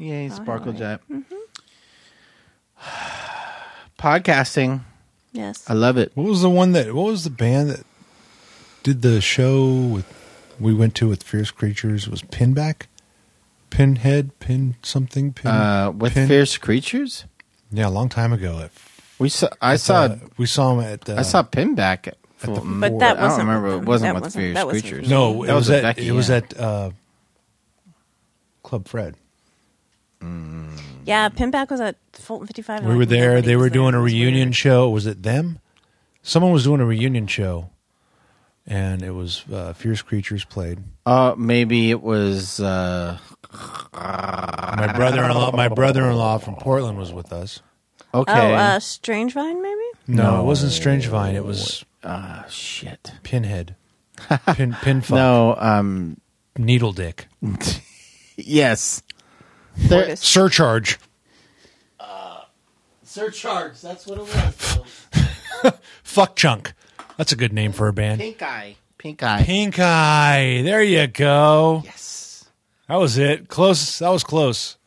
[SPEAKER 2] Yay, Sparklejet.
[SPEAKER 1] Mm-hmm.
[SPEAKER 2] <sighs> Podcasting,
[SPEAKER 1] Yes.
[SPEAKER 2] I love it.
[SPEAKER 3] What was the one that? What was the band that did the show with? We went to with Fierce Creatures was Pinback, Pinhead, Pin something. Pin,
[SPEAKER 2] Uh, with
[SPEAKER 3] Pin-
[SPEAKER 2] fierce creatures,
[SPEAKER 3] Yeah, a long time ago. At,
[SPEAKER 2] we saw. I saw.
[SPEAKER 3] uh, we saw him at. Uh,
[SPEAKER 2] I saw Pinback at Fulton.
[SPEAKER 1] But that
[SPEAKER 2] I don't
[SPEAKER 1] wasn't.
[SPEAKER 2] remember.
[SPEAKER 1] with
[SPEAKER 2] It
[SPEAKER 1] them.
[SPEAKER 2] wasn't with
[SPEAKER 1] wasn't-
[SPEAKER 2] Fierce
[SPEAKER 1] that wasn't
[SPEAKER 2] Creatures.
[SPEAKER 1] with them.
[SPEAKER 3] No, it
[SPEAKER 2] That
[SPEAKER 3] was,
[SPEAKER 2] was with
[SPEAKER 3] at
[SPEAKER 2] Becky,
[SPEAKER 3] it was
[SPEAKER 2] yeah.
[SPEAKER 3] at uh, Club Fred.
[SPEAKER 1] Yeah, Pinback was at Fulton 55. and
[SPEAKER 3] We
[SPEAKER 1] like
[SPEAKER 3] were there.
[SPEAKER 1] nobody
[SPEAKER 3] They
[SPEAKER 1] was
[SPEAKER 3] were
[SPEAKER 1] there.
[SPEAKER 3] doing
[SPEAKER 1] It
[SPEAKER 3] a
[SPEAKER 1] was weird.
[SPEAKER 3] reunion show. Was it them? Someone was doing a reunion show, and it was uh, Fierce Creatures played.
[SPEAKER 2] Uh, maybe it was. Uh,
[SPEAKER 3] My brother-in-law, my brother-in-law from Portland, was with us.
[SPEAKER 2] okay.
[SPEAKER 1] Oh, uh, Strange Vine, maybe?
[SPEAKER 3] No, <laughs> it wasn't Strange Vine. It was
[SPEAKER 2] Ah, shit.
[SPEAKER 3] Pinhead,
[SPEAKER 2] <laughs>
[SPEAKER 3] Pin Pinfuck,
[SPEAKER 2] No. Um.
[SPEAKER 3] Needle Dick,
[SPEAKER 2] Yes. There,
[SPEAKER 1] Fortis.
[SPEAKER 3] Surcharge.
[SPEAKER 2] surcharge. That's what it was.
[SPEAKER 3] Fuck Chunk. That's a good name for a band.
[SPEAKER 2] Pink eye. Pink eye.
[SPEAKER 3] Pink Eye. There you go.
[SPEAKER 2] yes.
[SPEAKER 3] That was it. Close. That was close.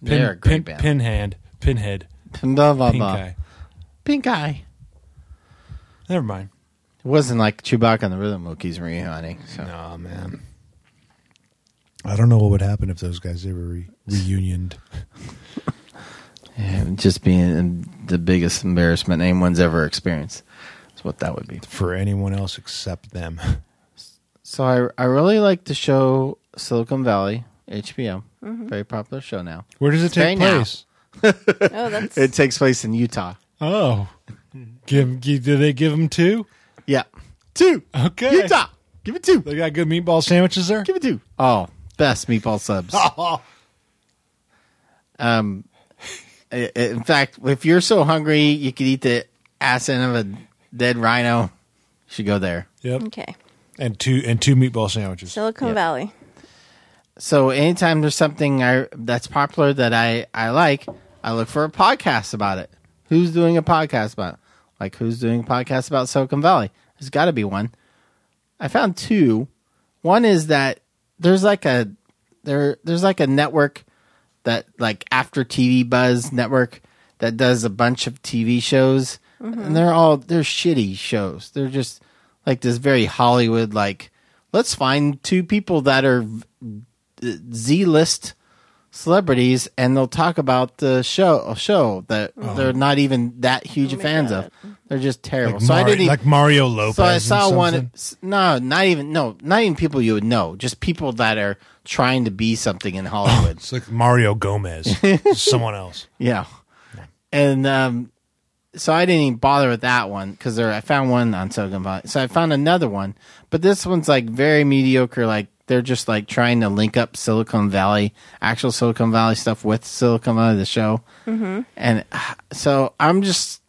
[SPEAKER 2] They're a great band.
[SPEAKER 3] Pinhand. Pinhead.
[SPEAKER 2] Blah, blah,
[SPEAKER 3] Pink
[SPEAKER 2] blah.
[SPEAKER 3] Eye.
[SPEAKER 2] Pink eye.
[SPEAKER 3] Never mind.
[SPEAKER 2] It wasn't like Chewbacca and the Rhythm Monkeys reuniting. So.
[SPEAKER 3] Oh man. I don't know what would happen if those guys ever re- reunioned.
[SPEAKER 2] Yeah, it would just being the biggest embarrassment anyone's ever experienced. That's what that would be.
[SPEAKER 3] for anyone else except them. <laughs>
[SPEAKER 2] So I I really like the show Silicon Valley HBO, very popular show now.
[SPEAKER 3] Where does it
[SPEAKER 2] very
[SPEAKER 3] take place?
[SPEAKER 1] Oh, that's
[SPEAKER 2] It takes place in Utah.
[SPEAKER 3] Oh, give, give do they give them two?
[SPEAKER 2] Yeah, two
[SPEAKER 3] Okay,
[SPEAKER 2] Utah. Give it two.
[SPEAKER 3] They got good meatball sandwiches there.
[SPEAKER 2] Give it two. Oh, best meatball
[SPEAKER 3] <laughs>
[SPEAKER 2] subs. Um, i- i- in fact, if you're so hungry, you could eat the ass end of a dead rhino. You should go there.
[SPEAKER 3] Yep,
[SPEAKER 1] okay.
[SPEAKER 3] and two and two meatball sandwiches.
[SPEAKER 1] Silicon Valley.
[SPEAKER 2] So anytime there's something I that's popular that I I like, I look for a podcast about it. Who's doing a podcast about? It? Like who's doing a podcast about Silicon Valley? There's got to be one. I found two. One is that there's like a there there's like a network that like after TV Buzz network that does a bunch of TV shows and they're all they're shitty shows. They're just like this very Hollywood like let's find two people that are Z list celebrities and they'll talk about the show a show that they're not even that huge fans of. They're just terrible.
[SPEAKER 3] Like,
[SPEAKER 2] so I
[SPEAKER 3] Mari-
[SPEAKER 2] didn't e-
[SPEAKER 3] like Mario Lopez.
[SPEAKER 2] so I
[SPEAKER 3] and
[SPEAKER 2] saw one.
[SPEAKER 3] something.
[SPEAKER 2] s- No, not even no, not even people you would know. Just people that are trying to be something in Hollywood.
[SPEAKER 3] It's like
[SPEAKER 2] <laughs>
[SPEAKER 3] Mario Gomez. someone else.
[SPEAKER 2] yeah, and um, so I didn't even bother with that one because I found one on Silicon Valley. So I found another one, but this one's like very mediocre. Like they're just like trying to link up Silicon Valley, actual Silicon Valley stuff with Silicon Valley the show. Mm-hmm. And <sighs> ah, so I'm just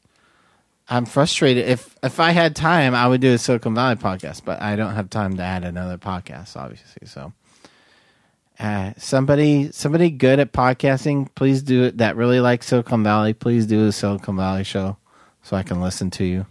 [SPEAKER 2] I'm frustrated. If if I had time, I would do a Silicon Valley podcast, but I don't have time to add another podcast, obviously. So, uh, somebody somebody good at podcasting, please do it. That really likes Silicon Valley, please do a Silicon Valley show, so I can listen to you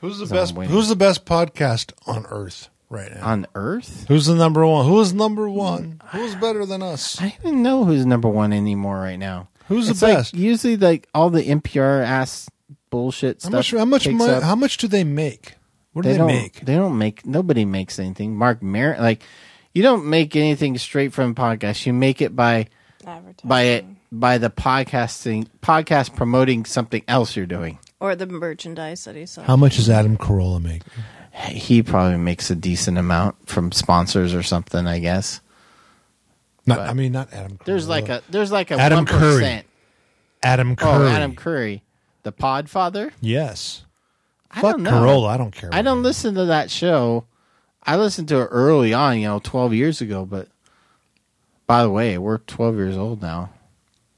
[SPEAKER 3] Who's the
[SPEAKER 2] I'm
[SPEAKER 3] best?
[SPEAKER 2] waiting.
[SPEAKER 3] Who's the best podcast on Earth right now?
[SPEAKER 2] on Earth.
[SPEAKER 3] Who's the number one? Who's number one? Who's better than us?
[SPEAKER 2] I don't even know who's number one anymore right now.
[SPEAKER 3] Who's the
[SPEAKER 2] It's like
[SPEAKER 3] best?
[SPEAKER 2] usually, like all the NPR ass bullshit
[SPEAKER 3] How
[SPEAKER 2] stuff.
[SPEAKER 3] much? How much?
[SPEAKER 2] takes
[SPEAKER 3] Money,
[SPEAKER 2] up-
[SPEAKER 3] how much do they make? What do they,
[SPEAKER 2] don't,
[SPEAKER 3] make?
[SPEAKER 2] They don't make. Nobody makes anything. Mark Merritt, like you don't make anything straight from podcast. You make it by
[SPEAKER 1] Advertising.
[SPEAKER 2] by it by the podcasting podcast promoting something else you're doing.
[SPEAKER 1] Or the merchandise that he saw.
[SPEAKER 3] how much does Adam Carolla make?
[SPEAKER 2] He probably makes a decent amount from sponsors or something. I guess
[SPEAKER 3] Not, I mean, not Adam. Carolla.
[SPEAKER 2] there's like a there's like a
[SPEAKER 3] Adam
[SPEAKER 2] 1%.
[SPEAKER 3] Curry. Adam Curry.
[SPEAKER 2] Oh, Adam Curry, the Podfather.
[SPEAKER 3] Yes.
[SPEAKER 2] I
[SPEAKER 3] Fuck
[SPEAKER 2] don't know.
[SPEAKER 3] Carolla. I don't care.
[SPEAKER 2] I
[SPEAKER 3] what
[SPEAKER 2] don't
[SPEAKER 3] he-
[SPEAKER 2] listen to that show. I listened to it early on, you know, 12 years ago, but by the way, we're 12 years old now.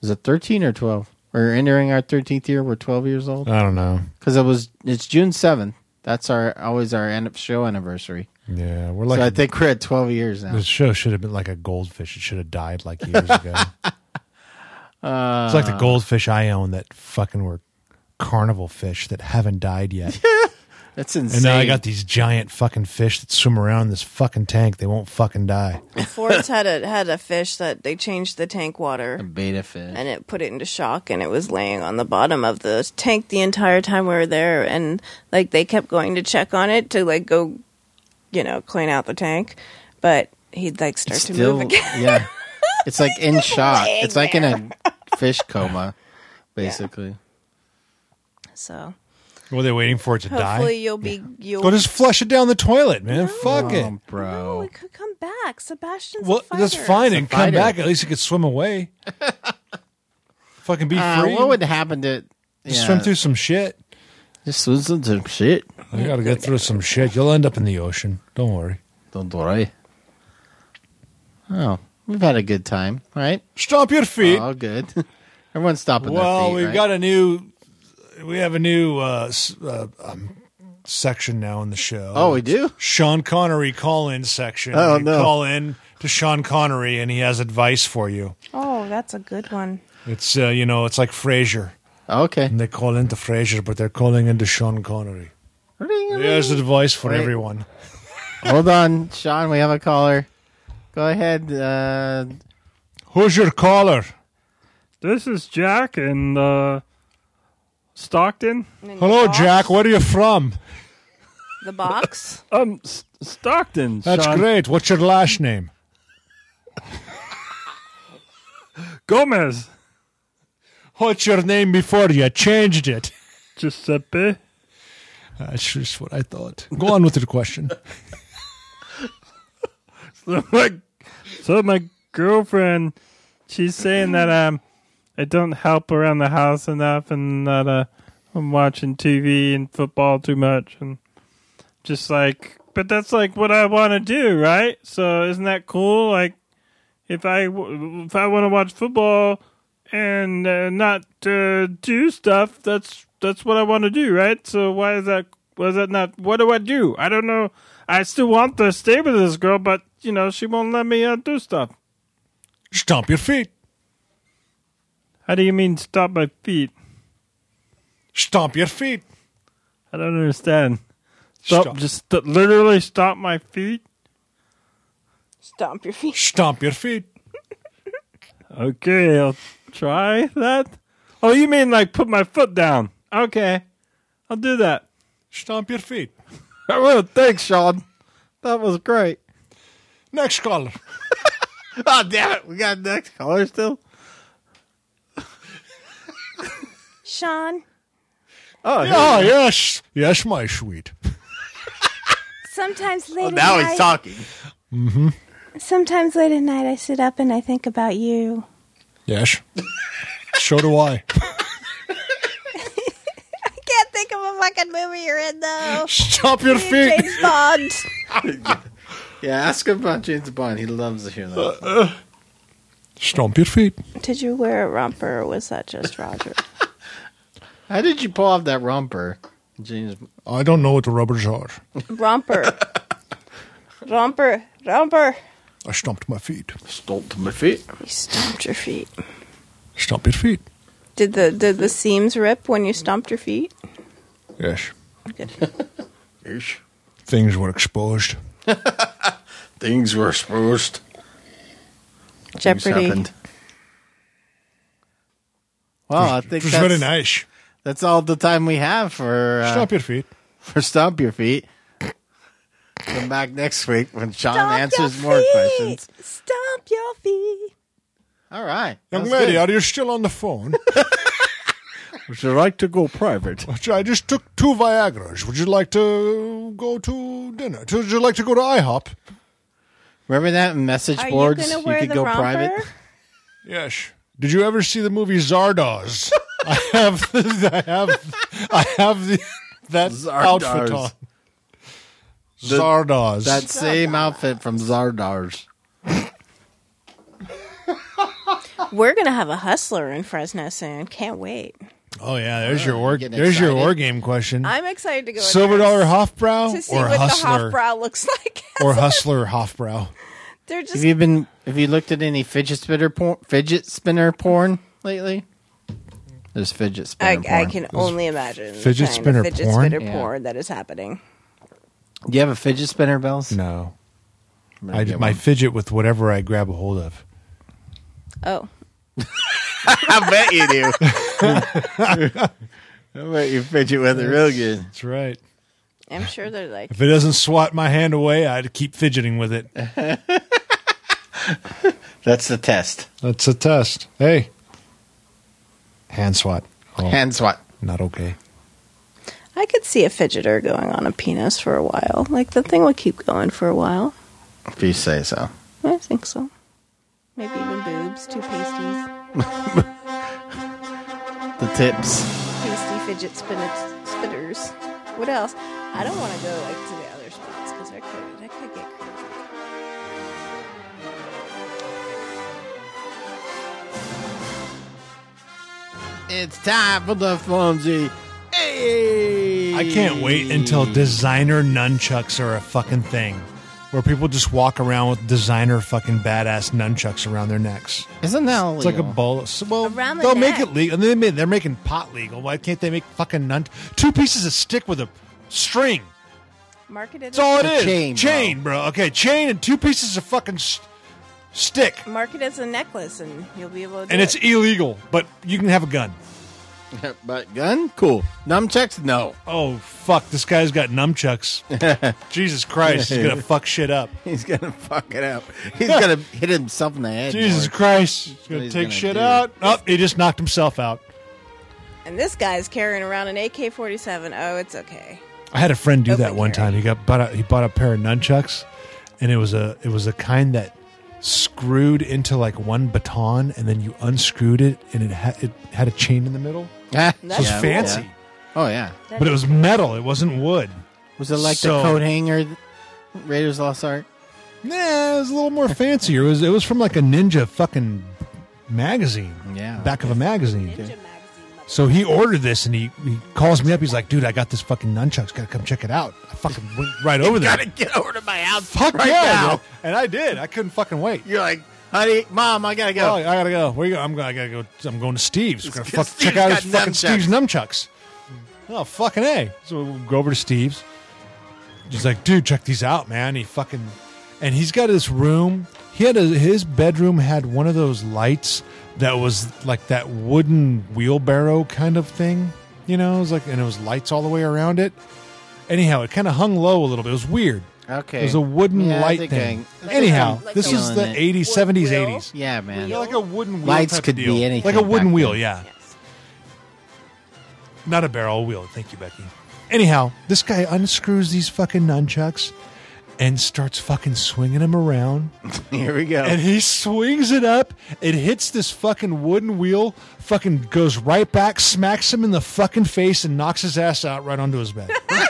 [SPEAKER 2] Is it 13 or 12? We're entering our 13th year. We're 12 years old
[SPEAKER 3] I don't know.
[SPEAKER 2] because it was it's June 7th. That's our always our end of show anniversary.
[SPEAKER 3] Yeah, we're like
[SPEAKER 2] so I think we're at 12 years now.
[SPEAKER 3] the show should have been like a goldfish. It should have died like years <laughs> ago. it's like the goldfish I own that fucking were carnival fish that haven't died <laughs> yet.
[SPEAKER 2] That's insane.
[SPEAKER 3] And now I got these giant fucking fish that swim around in this fucking tank. They won't fucking die.
[SPEAKER 1] Ford's had a had a fish that they changed the tank water
[SPEAKER 2] beta fish.
[SPEAKER 1] and it put it into shock and it was laying on the bottom of the tank the entire time we were there and like they kept going to check on it to like go you know, clean out the tank. But he'd like start to move again.
[SPEAKER 2] yeah. It's like in shock. It's like in a fish coma, basically.
[SPEAKER 1] So
[SPEAKER 3] Were they waiting for it <laughs> to
[SPEAKER 1] hopefully
[SPEAKER 3] die?
[SPEAKER 1] you'll be you'll
[SPEAKER 3] Well, just flush it down the toilet, man. Fuck it.
[SPEAKER 2] Oh, bro.
[SPEAKER 1] No, it could come back. Sebastian's
[SPEAKER 3] Well,
[SPEAKER 1] a fighter.
[SPEAKER 3] that's fine and come
[SPEAKER 2] fighter.
[SPEAKER 3] back. At least it could swim <laughs> away. fucking be
[SPEAKER 2] Uh,
[SPEAKER 3] free.
[SPEAKER 2] what would happen to
[SPEAKER 3] Just
[SPEAKER 2] yeah,
[SPEAKER 3] swim through some shit.
[SPEAKER 2] Just listen to shit.
[SPEAKER 3] I gotta get through some shit. You'll end up in the ocean. Don't worry.
[SPEAKER 2] Don't worry. Oh, we've had a good time, right?
[SPEAKER 3] Stomp your feet.
[SPEAKER 2] All good. <laughs> Everyone's stopping.
[SPEAKER 3] well,
[SPEAKER 2] their feet,
[SPEAKER 3] we've
[SPEAKER 2] right?
[SPEAKER 3] got a new, we have a new uh, s- uh, um, section now in the show.
[SPEAKER 2] Oh, we do.
[SPEAKER 3] Sean Connery call in section.
[SPEAKER 2] Oh,
[SPEAKER 3] you
[SPEAKER 2] no.
[SPEAKER 3] Call in to Sean Connery, and he has advice for you.
[SPEAKER 1] Oh, that's a good one.
[SPEAKER 3] It's uh, you know, it's like Frasier.
[SPEAKER 2] Okay.
[SPEAKER 3] And they call into Frasier, but they're calling into Sean Connery. He has advice for
[SPEAKER 2] Wait.
[SPEAKER 3] everyone.
[SPEAKER 2] Hold on, Sean. We have a caller. Go ahead. Uh,
[SPEAKER 3] Who's your caller?
[SPEAKER 4] This is Jack in uh, Stockton.
[SPEAKER 3] Hello, Jack. Where are you from?
[SPEAKER 1] The
[SPEAKER 2] <laughs>
[SPEAKER 1] box.
[SPEAKER 4] Um, S- Stockton.
[SPEAKER 3] That's
[SPEAKER 4] Sean.
[SPEAKER 3] great. What's your last name?
[SPEAKER 4] Gomez.
[SPEAKER 3] What's your name before you changed it?
[SPEAKER 4] Giuseppe.
[SPEAKER 3] That's just what I thought. Go on with your question.
[SPEAKER 5] So my, so my girlfriend, she's saying that um, I don't help around the house enough, and that uh, I'm watching TV and football too much, and just like, but that's like what I want to do, right? So isn't that cool? Like, if I w- if I want to watch football and uh, not uh, do stuff, that's that's what I want to do, right? So why is that? Was that not? What do I do? I don't know. I still want to stay with this girl, but you know she won't let me uh, do stuff.
[SPEAKER 3] Stomp your feet.
[SPEAKER 5] How do you mean stop my feet?
[SPEAKER 3] Stomp your feet.
[SPEAKER 5] I don't understand. Stop,
[SPEAKER 3] Stop.
[SPEAKER 5] just st- literally stop my feet.
[SPEAKER 1] Stomp your feet.
[SPEAKER 3] Stomp your feet.
[SPEAKER 5] Okay, I'll try that. Oh, you mean like put my foot down? Okay, I'll do that.
[SPEAKER 3] Stomp your feet.
[SPEAKER 5] I will. Thanks, Sean. That was great.
[SPEAKER 3] Next caller.
[SPEAKER 2] Oh damn it! We got next caller still.
[SPEAKER 1] Sean,
[SPEAKER 5] Oh,
[SPEAKER 3] Oh, yes. Yes, my sweet.
[SPEAKER 1] sometimes late
[SPEAKER 2] Well,
[SPEAKER 1] at
[SPEAKER 2] Oh, now
[SPEAKER 1] night,
[SPEAKER 2] he's talking.
[SPEAKER 1] sometimes late at night, I sit up and I think about you.
[SPEAKER 3] Yes. <laughs> so do I.
[SPEAKER 1] I can't think of a fucking movie you're in
[SPEAKER 2] <laughs>
[SPEAKER 1] though.
[SPEAKER 3] Stomp your feet.
[SPEAKER 1] James Bond.
[SPEAKER 2] Yeah, ask him about James Bond. He loves to hear that.
[SPEAKER 3] Stomp your feet.
[SPEAKER 1] Did you wear a romper, or was that just Roger?
[SPEAKER 2] How did you pull off that romper, James?
[SPEAKER 3] I don't know what the rubbers are.
[SPEAKER 1] Romper, romper, romper.
[SPEAKER 3] I stomped my feet.
[SPEAKER 2] Stomped my feet.
[SPEAKER 1] You stomped your feet.
[SPEAKER 3] Stomp your feet.
[SPEAKER 1] Did the did the seams rip when you stomped your feet?
[SPEAKER 3] Yes.
[SPEAKER 2] <laughs> Ish.
[SPEAKER 3] Things were exposed.
[SPEAKER 2] Things were exposed. Things
[SPEAKER 1] Jeopardy.
[SPEAKER 2] happened. Wow, I
[SPEAKER 3] It
[SPEAKER 2] think
[SPEAKER 3] was
[SPEAKER 2] that's,
[SPEAKER 3] very nice.
[SPEAKER 2] that's all the time we have for uh,
[SPEAKER 3] Stomp your feet.
[SPEAKER 2] for stomp your feet. Come back next week when Sean
[SPEAKER 1] Stomp
[SPEAKER 2] answers
[SPEAKER 1] your
[SPEAKER 2] more
[SPEAKER 1] feet.
[SPEAKER 2] questions.
[SPEAKER 1] Stomp your feet.
[SPEAKER 2] All right,
[SPEAKER 3] Young
[SPEAKER 2] That's
[SPEAKER 3] lady,
[SPEAKER 2] good.
[SPEAKER 3] are you still on the phone?
[SPEAKER 2] <laughs> Would you like to go private?
[SPEAKER 3] I just took two Viagra's. Would you like to go to dinner? Would you like to go to IHOP?
[SPEAKER 2] Remember that in message
[SPEAKER 1] Are
[SPEAKER 2] boards?
[SPEAKER 1] you gonna wear
[SPEAKER 2] could
[SPEAKER 1] the
[SPEAKER 2] go
[SPEAKER 1] romper?
[SPEAKER 2] private.
[SPEAKER 3] Yes. Did you ever see the movie Zardoz? I have, <laughs> I have, I have the that
[SPEAKER 2] Zardoz.
[SPEAKER 3] outfit on. Zardoz.
[SPEAKER 2] That same outfit from Zardar's.
[SPEAKER 1] We're gonna have a hustler in Fresno soon. Can't wait.
[SPEAKER 3] oh yeah, there's your war.
[SPEAKER 2] getting
[SPEAKER 3] There's your
[SPEAKER 2] excited.
[SPEAKER 3] war game question.
[SPEAKER 1] I'm excited to go in
[SPEAKER 3] Silver
[SPEAKER 1] there
[SPEAKER 3] dollar
[SPEAKER 1] to
[SPEAKER 3] Hofbrow
[SPEAKER 1] see
[SPEAKER 3] or
[SPEAKER 1] what
[SPEAKER 3] hustler
[SPEAKER 1] the Hofbrow looks <laughs> like.
[SPEAKER 3] or hustler Hofbrow.
[SPEAKER 1] They're
[SPEAKER 2] Have
[SPEAKER 1] just
[SPEAKER 2] you been? Have you looked at any fidget spinner porn? Fidget spinner porn lately? There's fidget spinner.
[SPEAKER 1] I,
[SPEAKER 2] porn.
[SPEAKER 1] I can only imagine the
[SPEAKER 3] fidget
[SPEAKER 1] kind of
[SPEAKER 3] spinner
[SPEAKER 1] fidget
[SPEAKER 3] porn?
[SPEAKER 1] spinner
[SPEAKER 2] Yeah.
[SPEAKER 1] porn that is happening.
[SPEAKER 2] Do you have a fidget spinner, Bells?
[SPEAKER 3] No,
[SPEAKER 2] I'm gonna
[SPEAKER 3] I
[SPEAKER 2] get
[SPEAKER 3] my
[SPEAKER 2] one.
[SPEAKER 3] fidget with whatever I grab a hold of.
[SPEAKER 1] Oh,
[SPEAKER 2] I bet you do. <laughs> I bet you fidget with it real good.
[SPEAKER 3] That's right.
[SPEAKER 1] I'm sure they're like
[SPEAKER 3] If it doesn't swat my hand away, I'd keep fidgeting with it.
[SPEAKER 2] That's the test.
[SPEAKER 3] That's a test. Hey, hand swat. Oh,
[SPEAKER 2] Hand swat.
[SPEAKER 3] not okay.
[SPEAKER 1] I could see a fidgeter going on a penis for a while. Like the thing would keep going for a while.
[SPEAKER 2] If you say so.
[SPEAKER 1] I think so. Maybe even boobs, two pasties,
[SPEAKER 2] The tips.
[SPEAKER 1] pasty fidget spinners, spinners. What else? I don't want to go like to the other spots because I could, I could get crazy.
[SPEAKER 2] It's time for the flimsy. Hey!
[SPEAKER 3] I can't wait until designer nunchucks are a fucking thing, where people just walk around with designer fucking badass nunchucks around their necks.
[SPEAKER 2] Isn't that
[SPEAKER 3] It's like a
[SPEAKER 2] illegal?
[SPEAKER 3] bowl. Of, well,
[SPEAKER 1] Around the
[SPEAKER 3] they'll
[SPEAKER 1] neck.
[SPEAKER 3] make it legal. They made, they're making pot legal. Why can't they make fucking nun? Two pieces of stick with a string.
[SPEAKER 1] Marketed
[SPEAKER 3] That's all it
[SPEAKER 2] A
[SPEAKER 3] is.
[SPEAKER 2] chain, bro.
[SPEAKER 3] bro. Okay, chain and two pieces of fucking s stick,
[SPEAKER 1] mark it as a necklace, and you'll be able to. Do
[SPEAKER 3] and it's
[SPEAKER 1] it.
[SPEAKER 3] illegal. But you can have a gun.
[SPEAKER 2] But gun? Cool. Nunchucks? No.
[SPEAKER 3] Oh fuck! This guy's got nunchucks.
[SPEAKER 2] <laughs>
[SPEAKER 3] Jesus Christ, he's gonna fuck shit up.
[SPEAKER 2] He's gonna fuck it <laughs> up. He's gonna hit himself in the head.
[SPEAKER 3] Jesus
[SPEAKER 2] Mark.
[SPEAKER 3] Christ, he's gonna
[SPEAKER 2] he's
[SPEAKER 3] take
[SPEAKER 2] gonna
[SPEAKER 3] shit
[SPEAKER 2] do.
[SPEAKER 3] out. Oh, he just knocked himself out.
[SPEAKER 1] and this guy's carrying around an AK-47. Oh, it's okay.
[SPEAKER 3] I had a friend do
[SPEAKER 1] Open
[SPEAKER 3] that one
[SPEAKER 1] carry.
[SPEAKER 3] time. He got bought a, he bought a pair of nunchucks, and it was a it was a kind that screwed into like one baton, and then you unscrewed it, and it had it had a chain in the middle.
[SPEAKER 2] <laughs> Yeah.
[SPEAKER 3] So it was
[SPEAKER 1] That's cool.
[SPEAKER 3] fancy,
[SPEAKER 2] Oh yeah.
[SPEAKER 3] but it was metal. It wasn't wood.
[SPEAKER 2] Was it like
[SPEAKER 3] So-
[SPEAKER 2] the coat hanger Raiders Lost Ark?
[SPEAKER 3] Nah, it was a little more fancier. It was it was from like a ninja fucking magazine.
[SPEAKER 2] Yeah.
[SPEAKER 3] Back of a magazine. So he ordered this and he, he calls me up. He's like, dude, I got this fucking nunchucks. Gotta come check it out. I fucking went right over there.
[SPEAKER 2] Gotta get over to my house
[SPEAKER 3] Fuck
[SPEAKER 2] right
[SPEAKER 3] yeah.
[SPEAKER 2] now.
[SPEAKER 3] dude. And I did. I couldn't fucking wait.
[SPEAKER 2] You're like, honey, mom, I gotta
[SPEAKER 3] Oh,
[SPEAKER 2] go.
[SPEAKER 3] I gotta go. Where you go? I'm going. I gotta go. I'm going to Steve's. We're gonna
[SPEAKER 2] because
[SPEAKER 3] fuck, check out
[SPEAKER 2] Steve's
[SPEAKER 3] his
[SPEAKER 2] got
[SPEAKER 3] fucking Steve's nunchucks. Oh fucking a! So we'll go over to Steve's. He's like, dude, check these out, man. He fucking, and he's got this room. He had a, his bedroom had one of those lights that was like that wooden wheelbarrow kind of thing. You know, it was like, and it was lights all the way around it. Anyhow, it kind of hung low a little bit. It was weird.
[SPEAKER 2] Okay.
[SPEAKER 3] It was a wooden
[SPEAKER 2] Yeah, I
[SPEAKER 3] light
[SPEAKER 2] think
[SPEAKER 3] thing.
[SPEAKER 2] I-
[SPEAKER 3] Anyhow,
[SPEAKER 1] Like
[SPEAKER 3] this
[SPEAKER 1] a-
[SPEAKER 3] was the
[SPEAKER 2] Feeling it.
[SPEAKER 3] 80s, 70s,
[SPEAKER 1] Wheel?
[SPEAKER 3] 80s.
[SPEAKER 2] yeah, man.
[SPEAKER 3] Yeah, like a wooden wheel.
[SPEAKER 2] Lights
[SPEAKER 3] type of
[SPEAKER 2] could be
[SPEAKER 3] deal.
[SPEAKER 2] anything
[SPEAKER 3] Like a wooden
[SPEAKER 2] back
[SPEAKER 3] wheel,
[SPEAKER 2] then.
[SPEAKER 3] yeah. Not a barrel wheel. Thank you, Becky. Anyhow, this guy unscrews these fucking nunchucks and starts fucking swinging them around.
[SPEAKER 2] <laughs> Here we go.
[SPEAKER 3] And he swings it up. It hits this fucking wooden wheel, fucking goes right back, smacks him in the fucking face, and knocks his ass out right onto
[SPEAKER 2] <laughs>
[SPEAKER 3] his bed.
[SPEAKER 1] Were you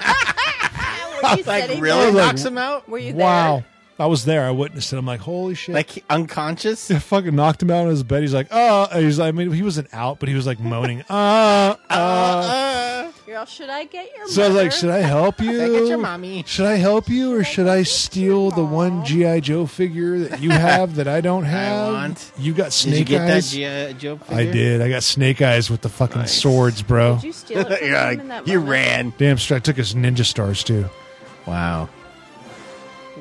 [SPEAKER 2] like
[SPEAKER 1] sitting
[SPEAKER 2] <laughs>
[SPEAKER 3] Oh,
[SPEAKER 2] really
[SPEAKER 1] there?
[SPEAKER 2] knocks him out?
[SPEAKER 1] Were you there?
[SPEAKER 3] wow. I was there. I witnessed it. I'm like, holy shit. <laughs>
[SPEAKER 2] Like he- unconscious?
[SPEAKER 3] I fucking knocked him out on his bed. He's like, oh, And he's like, I mean, he wasn't out, but he was like moaning, <laughs> uh, uh.
[SPEAKER 2] Uh,
[SPEAKER 1] You're all, should I get your
[SPEAKER 3] So I was like,
[SPEAKER 1] mother?"
[SPEAKER 3] should I help you?
[SPEAKER 2] I get your mommy.
[SPEAKER 3] Should I help you or should I steal the one G.I. Joe figure that you have that
[SPEAKER 2] <laughs>
[SPEAKER 3] I don't have?
[SPEAKER 2] want.
[SPEAKER 3] You got
[SPEAKER 2] Did you
[SPEAKER 3] snake
[SPEAKER 2] get
[SPEAKER 3] eyes?
[SPEAKER 2] that G- Joe figure?
[SPEAKER 3] I did. I got snake eyes with the fucking
[SPEAKER 2] Nice.
[SPEAKER 3] swords, bro.
[SPEAKER 1] Did you steal
[SPEAKER 2] <laughs>
[SPEAKER 1] it from
[SPEAKER 2] You're
[SPEAKER 1] him
[SPEAKER 2] like,
[SPEAKER 1] in that
[SPEAKER 2] you
[SPEAKER 1] moment?
[SPEAKER 2] ran.
[SPEAKER 3] Damn straight. I took his ninja stars too.
[SPEAKER 2] Wow.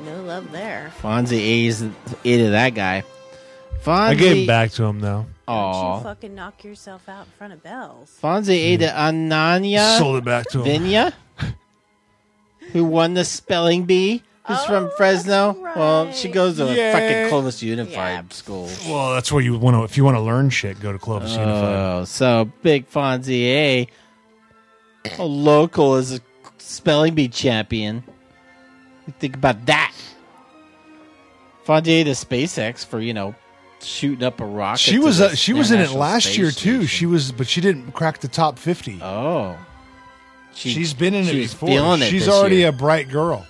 [SPEAKER 1] No love there.
[SPEAKER 2] Fonzie A's eight of that guy. Fonzie.
[SPEAKER 3] I gave him back to him though.
[SPEAKER 1] Don't you
[SPEAKER 2] Aw.
[SPEAKER 1] fucking knock yourself out in front of bells.
[SPEAKER 2] Fonzie ate to Ananya
[SPEAKER 3] Sold it back to him.
[SPEAKER 2] Vinya, who won the spelling bee, who's
[SPEAKER 1] Oh,
[SPEAKER 2] from Fresno.
[SPEAKER 1] that's
[SPEAKER 2] Well, she
[SPEAKER 1] right.
[SPEAKER 2] goes to
[SPEAKER 3] Yay.
[SPEAKER 2] a fucking Clovis Unified
[SPEAKER 1] Yeah.
[SPEAKER 2] school.
[SPEAKER 3] Well, that's where you want to. If you want to learn shit, go to Clovis Unified.
[SPEAKER 2] Oh, so Big Fonzie eh? A, a local, is a spelling bee champion. You Think about that. Fonzie A to SpaceX for, you know, shooting up a rocket.
[SPEAKER 3] She
[SPEAKER 2] to
[SPEAKER 3] was
[SPEAKER 2] the
[SPEAKER 3] uh, she was in it
[SPEAKER 2] International
[SPEAKER 3] last
[SPEAKER 2] Space
[SPEAKER 3] year too.
[SPEAKER 2] Station.
[SPEAKER 3] She was, but she didn't crack the top fifty.
[SPEAKER 2] Oh. She,
[SPEAKER 3] She's been in it
[SPEAKER 2] she's
[SPEAKER 3] before.
[SPEAKER 2] feeling it
[SPEAKER 3] She's
[SPEAKER 2] this
[SPEAKER 3] already
[SPEAKER 2] year.
[SPEAKER 3] a bright girl.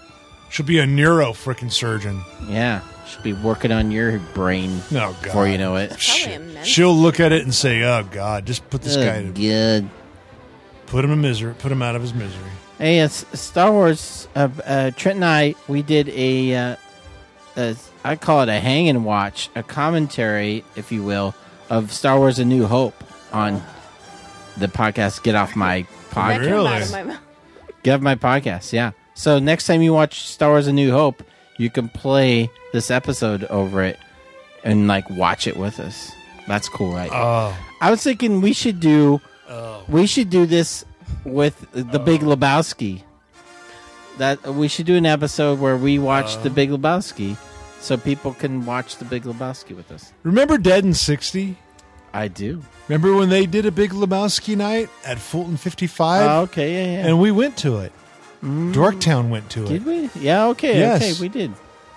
[SPEAKER 3] She'll be a neuro freaking surgeon.
[SPEAKER 2] Yeah. She'll be working on your brain
[SPEAKER 3] Oh god.
[SPEAKER 2] before you know it.
[SPEAKER 1] Probably
[SPEAKER 3] Shit.
[SPEAKER 1] a mental-
[SPEAKER 3] She'll look at it and say, "Oh god, just put this guy,
[SPEAKER 2] Good. good.
[SPEAKER 3] put him in misery, put him out of his misery."
[SPEAKER 2] Hey, it's Star Wars. Uh, uh, Trent and I, we did a, uh, a, I call it a hang and watch, a commentary, if you will, of Star Wars: A New Hope on the podcast. Get off my
[SPEAKER 1] That
[SPEAKER 2] podcast.
[SPEAKER 1] came
[SPEAKER 3] Really?
[SPEAKER 1] out of my mouth.
[SPEAKER 2] Get off my podcast. Yeah. So next time you watch Star Wars: A New Hope, you can play this episode over it and like watch it with us. That's cool, right?
[SPEAKER 3] Oh,
[SPEAKER 2] I was thinking we should do
[SPEAKER 3] oh,
[SPEAKER 2] we should do this with the Big Lebowski. That we should do an episode where we watch
[SPEAKER 3] Oh.
[SPEAKER 2] the Big Lebowski, so people can watch the Big Lebowski with us.
[SPEAKER 3] remember Dead in '60?
[SPEAKER 2] I do.
[SPEAKER 3] Remember when they did a big Lebowski night at Fulton 55,
[SPEAKER 2] Oh, okay, yeah, yeah.
[SPEAKER 3] and we went to it. Dorktown went to it.
[SPEAKER 2] did we? Yeah, okay,
[SPEAKER 3] Yes.
[SPEAKER 2] okay, we did.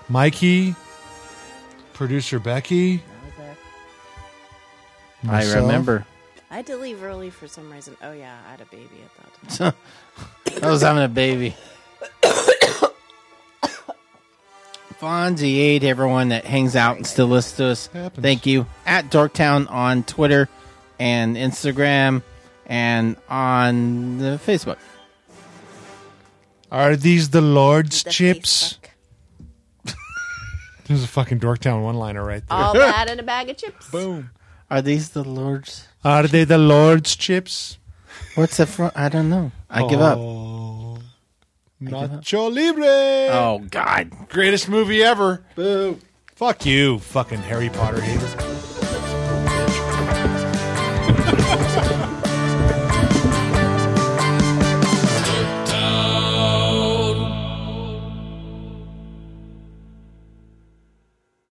[SPEAKER 3] Mikey, producer Becky. myself.
[SPEAKER 2] I remember.
[SPEAKER 1] I had to leave early for some reason. Oh yeah, I had a baby at that time.
[SPEAKER 2] I was having a baby. <coughs> Fonzie Aid, everyone that hangs out and still listens to us.
[SPEAKER 3] Happens.
[SPEAKER 2] Thank you. At Dorktown on Twitter and Instagram and on the Facebook.
[SPEAKER 3] Are these the Lord's chips?
[SPEAKER 1] Facebook.
[SPEAKER 3] There's a fucking Dorktown one liner right there.
[SPEAKER 1] All that in a bag of chips.
[SPEAKER 3] Boom.
[SPEAKER 2] Are these the Lord's?
[SPEAKER 3] Are they the Lord's chips?
[SPEAKER 2] What's the front? I don't know. I give up.
[SPEAKER 3] Oh, Nacho Libre.
[SPEAKER 2] Oh, God.
[SPEAKER 3] Greatest movie ever. Boo. Fuck you, fucking Harry Potter hater.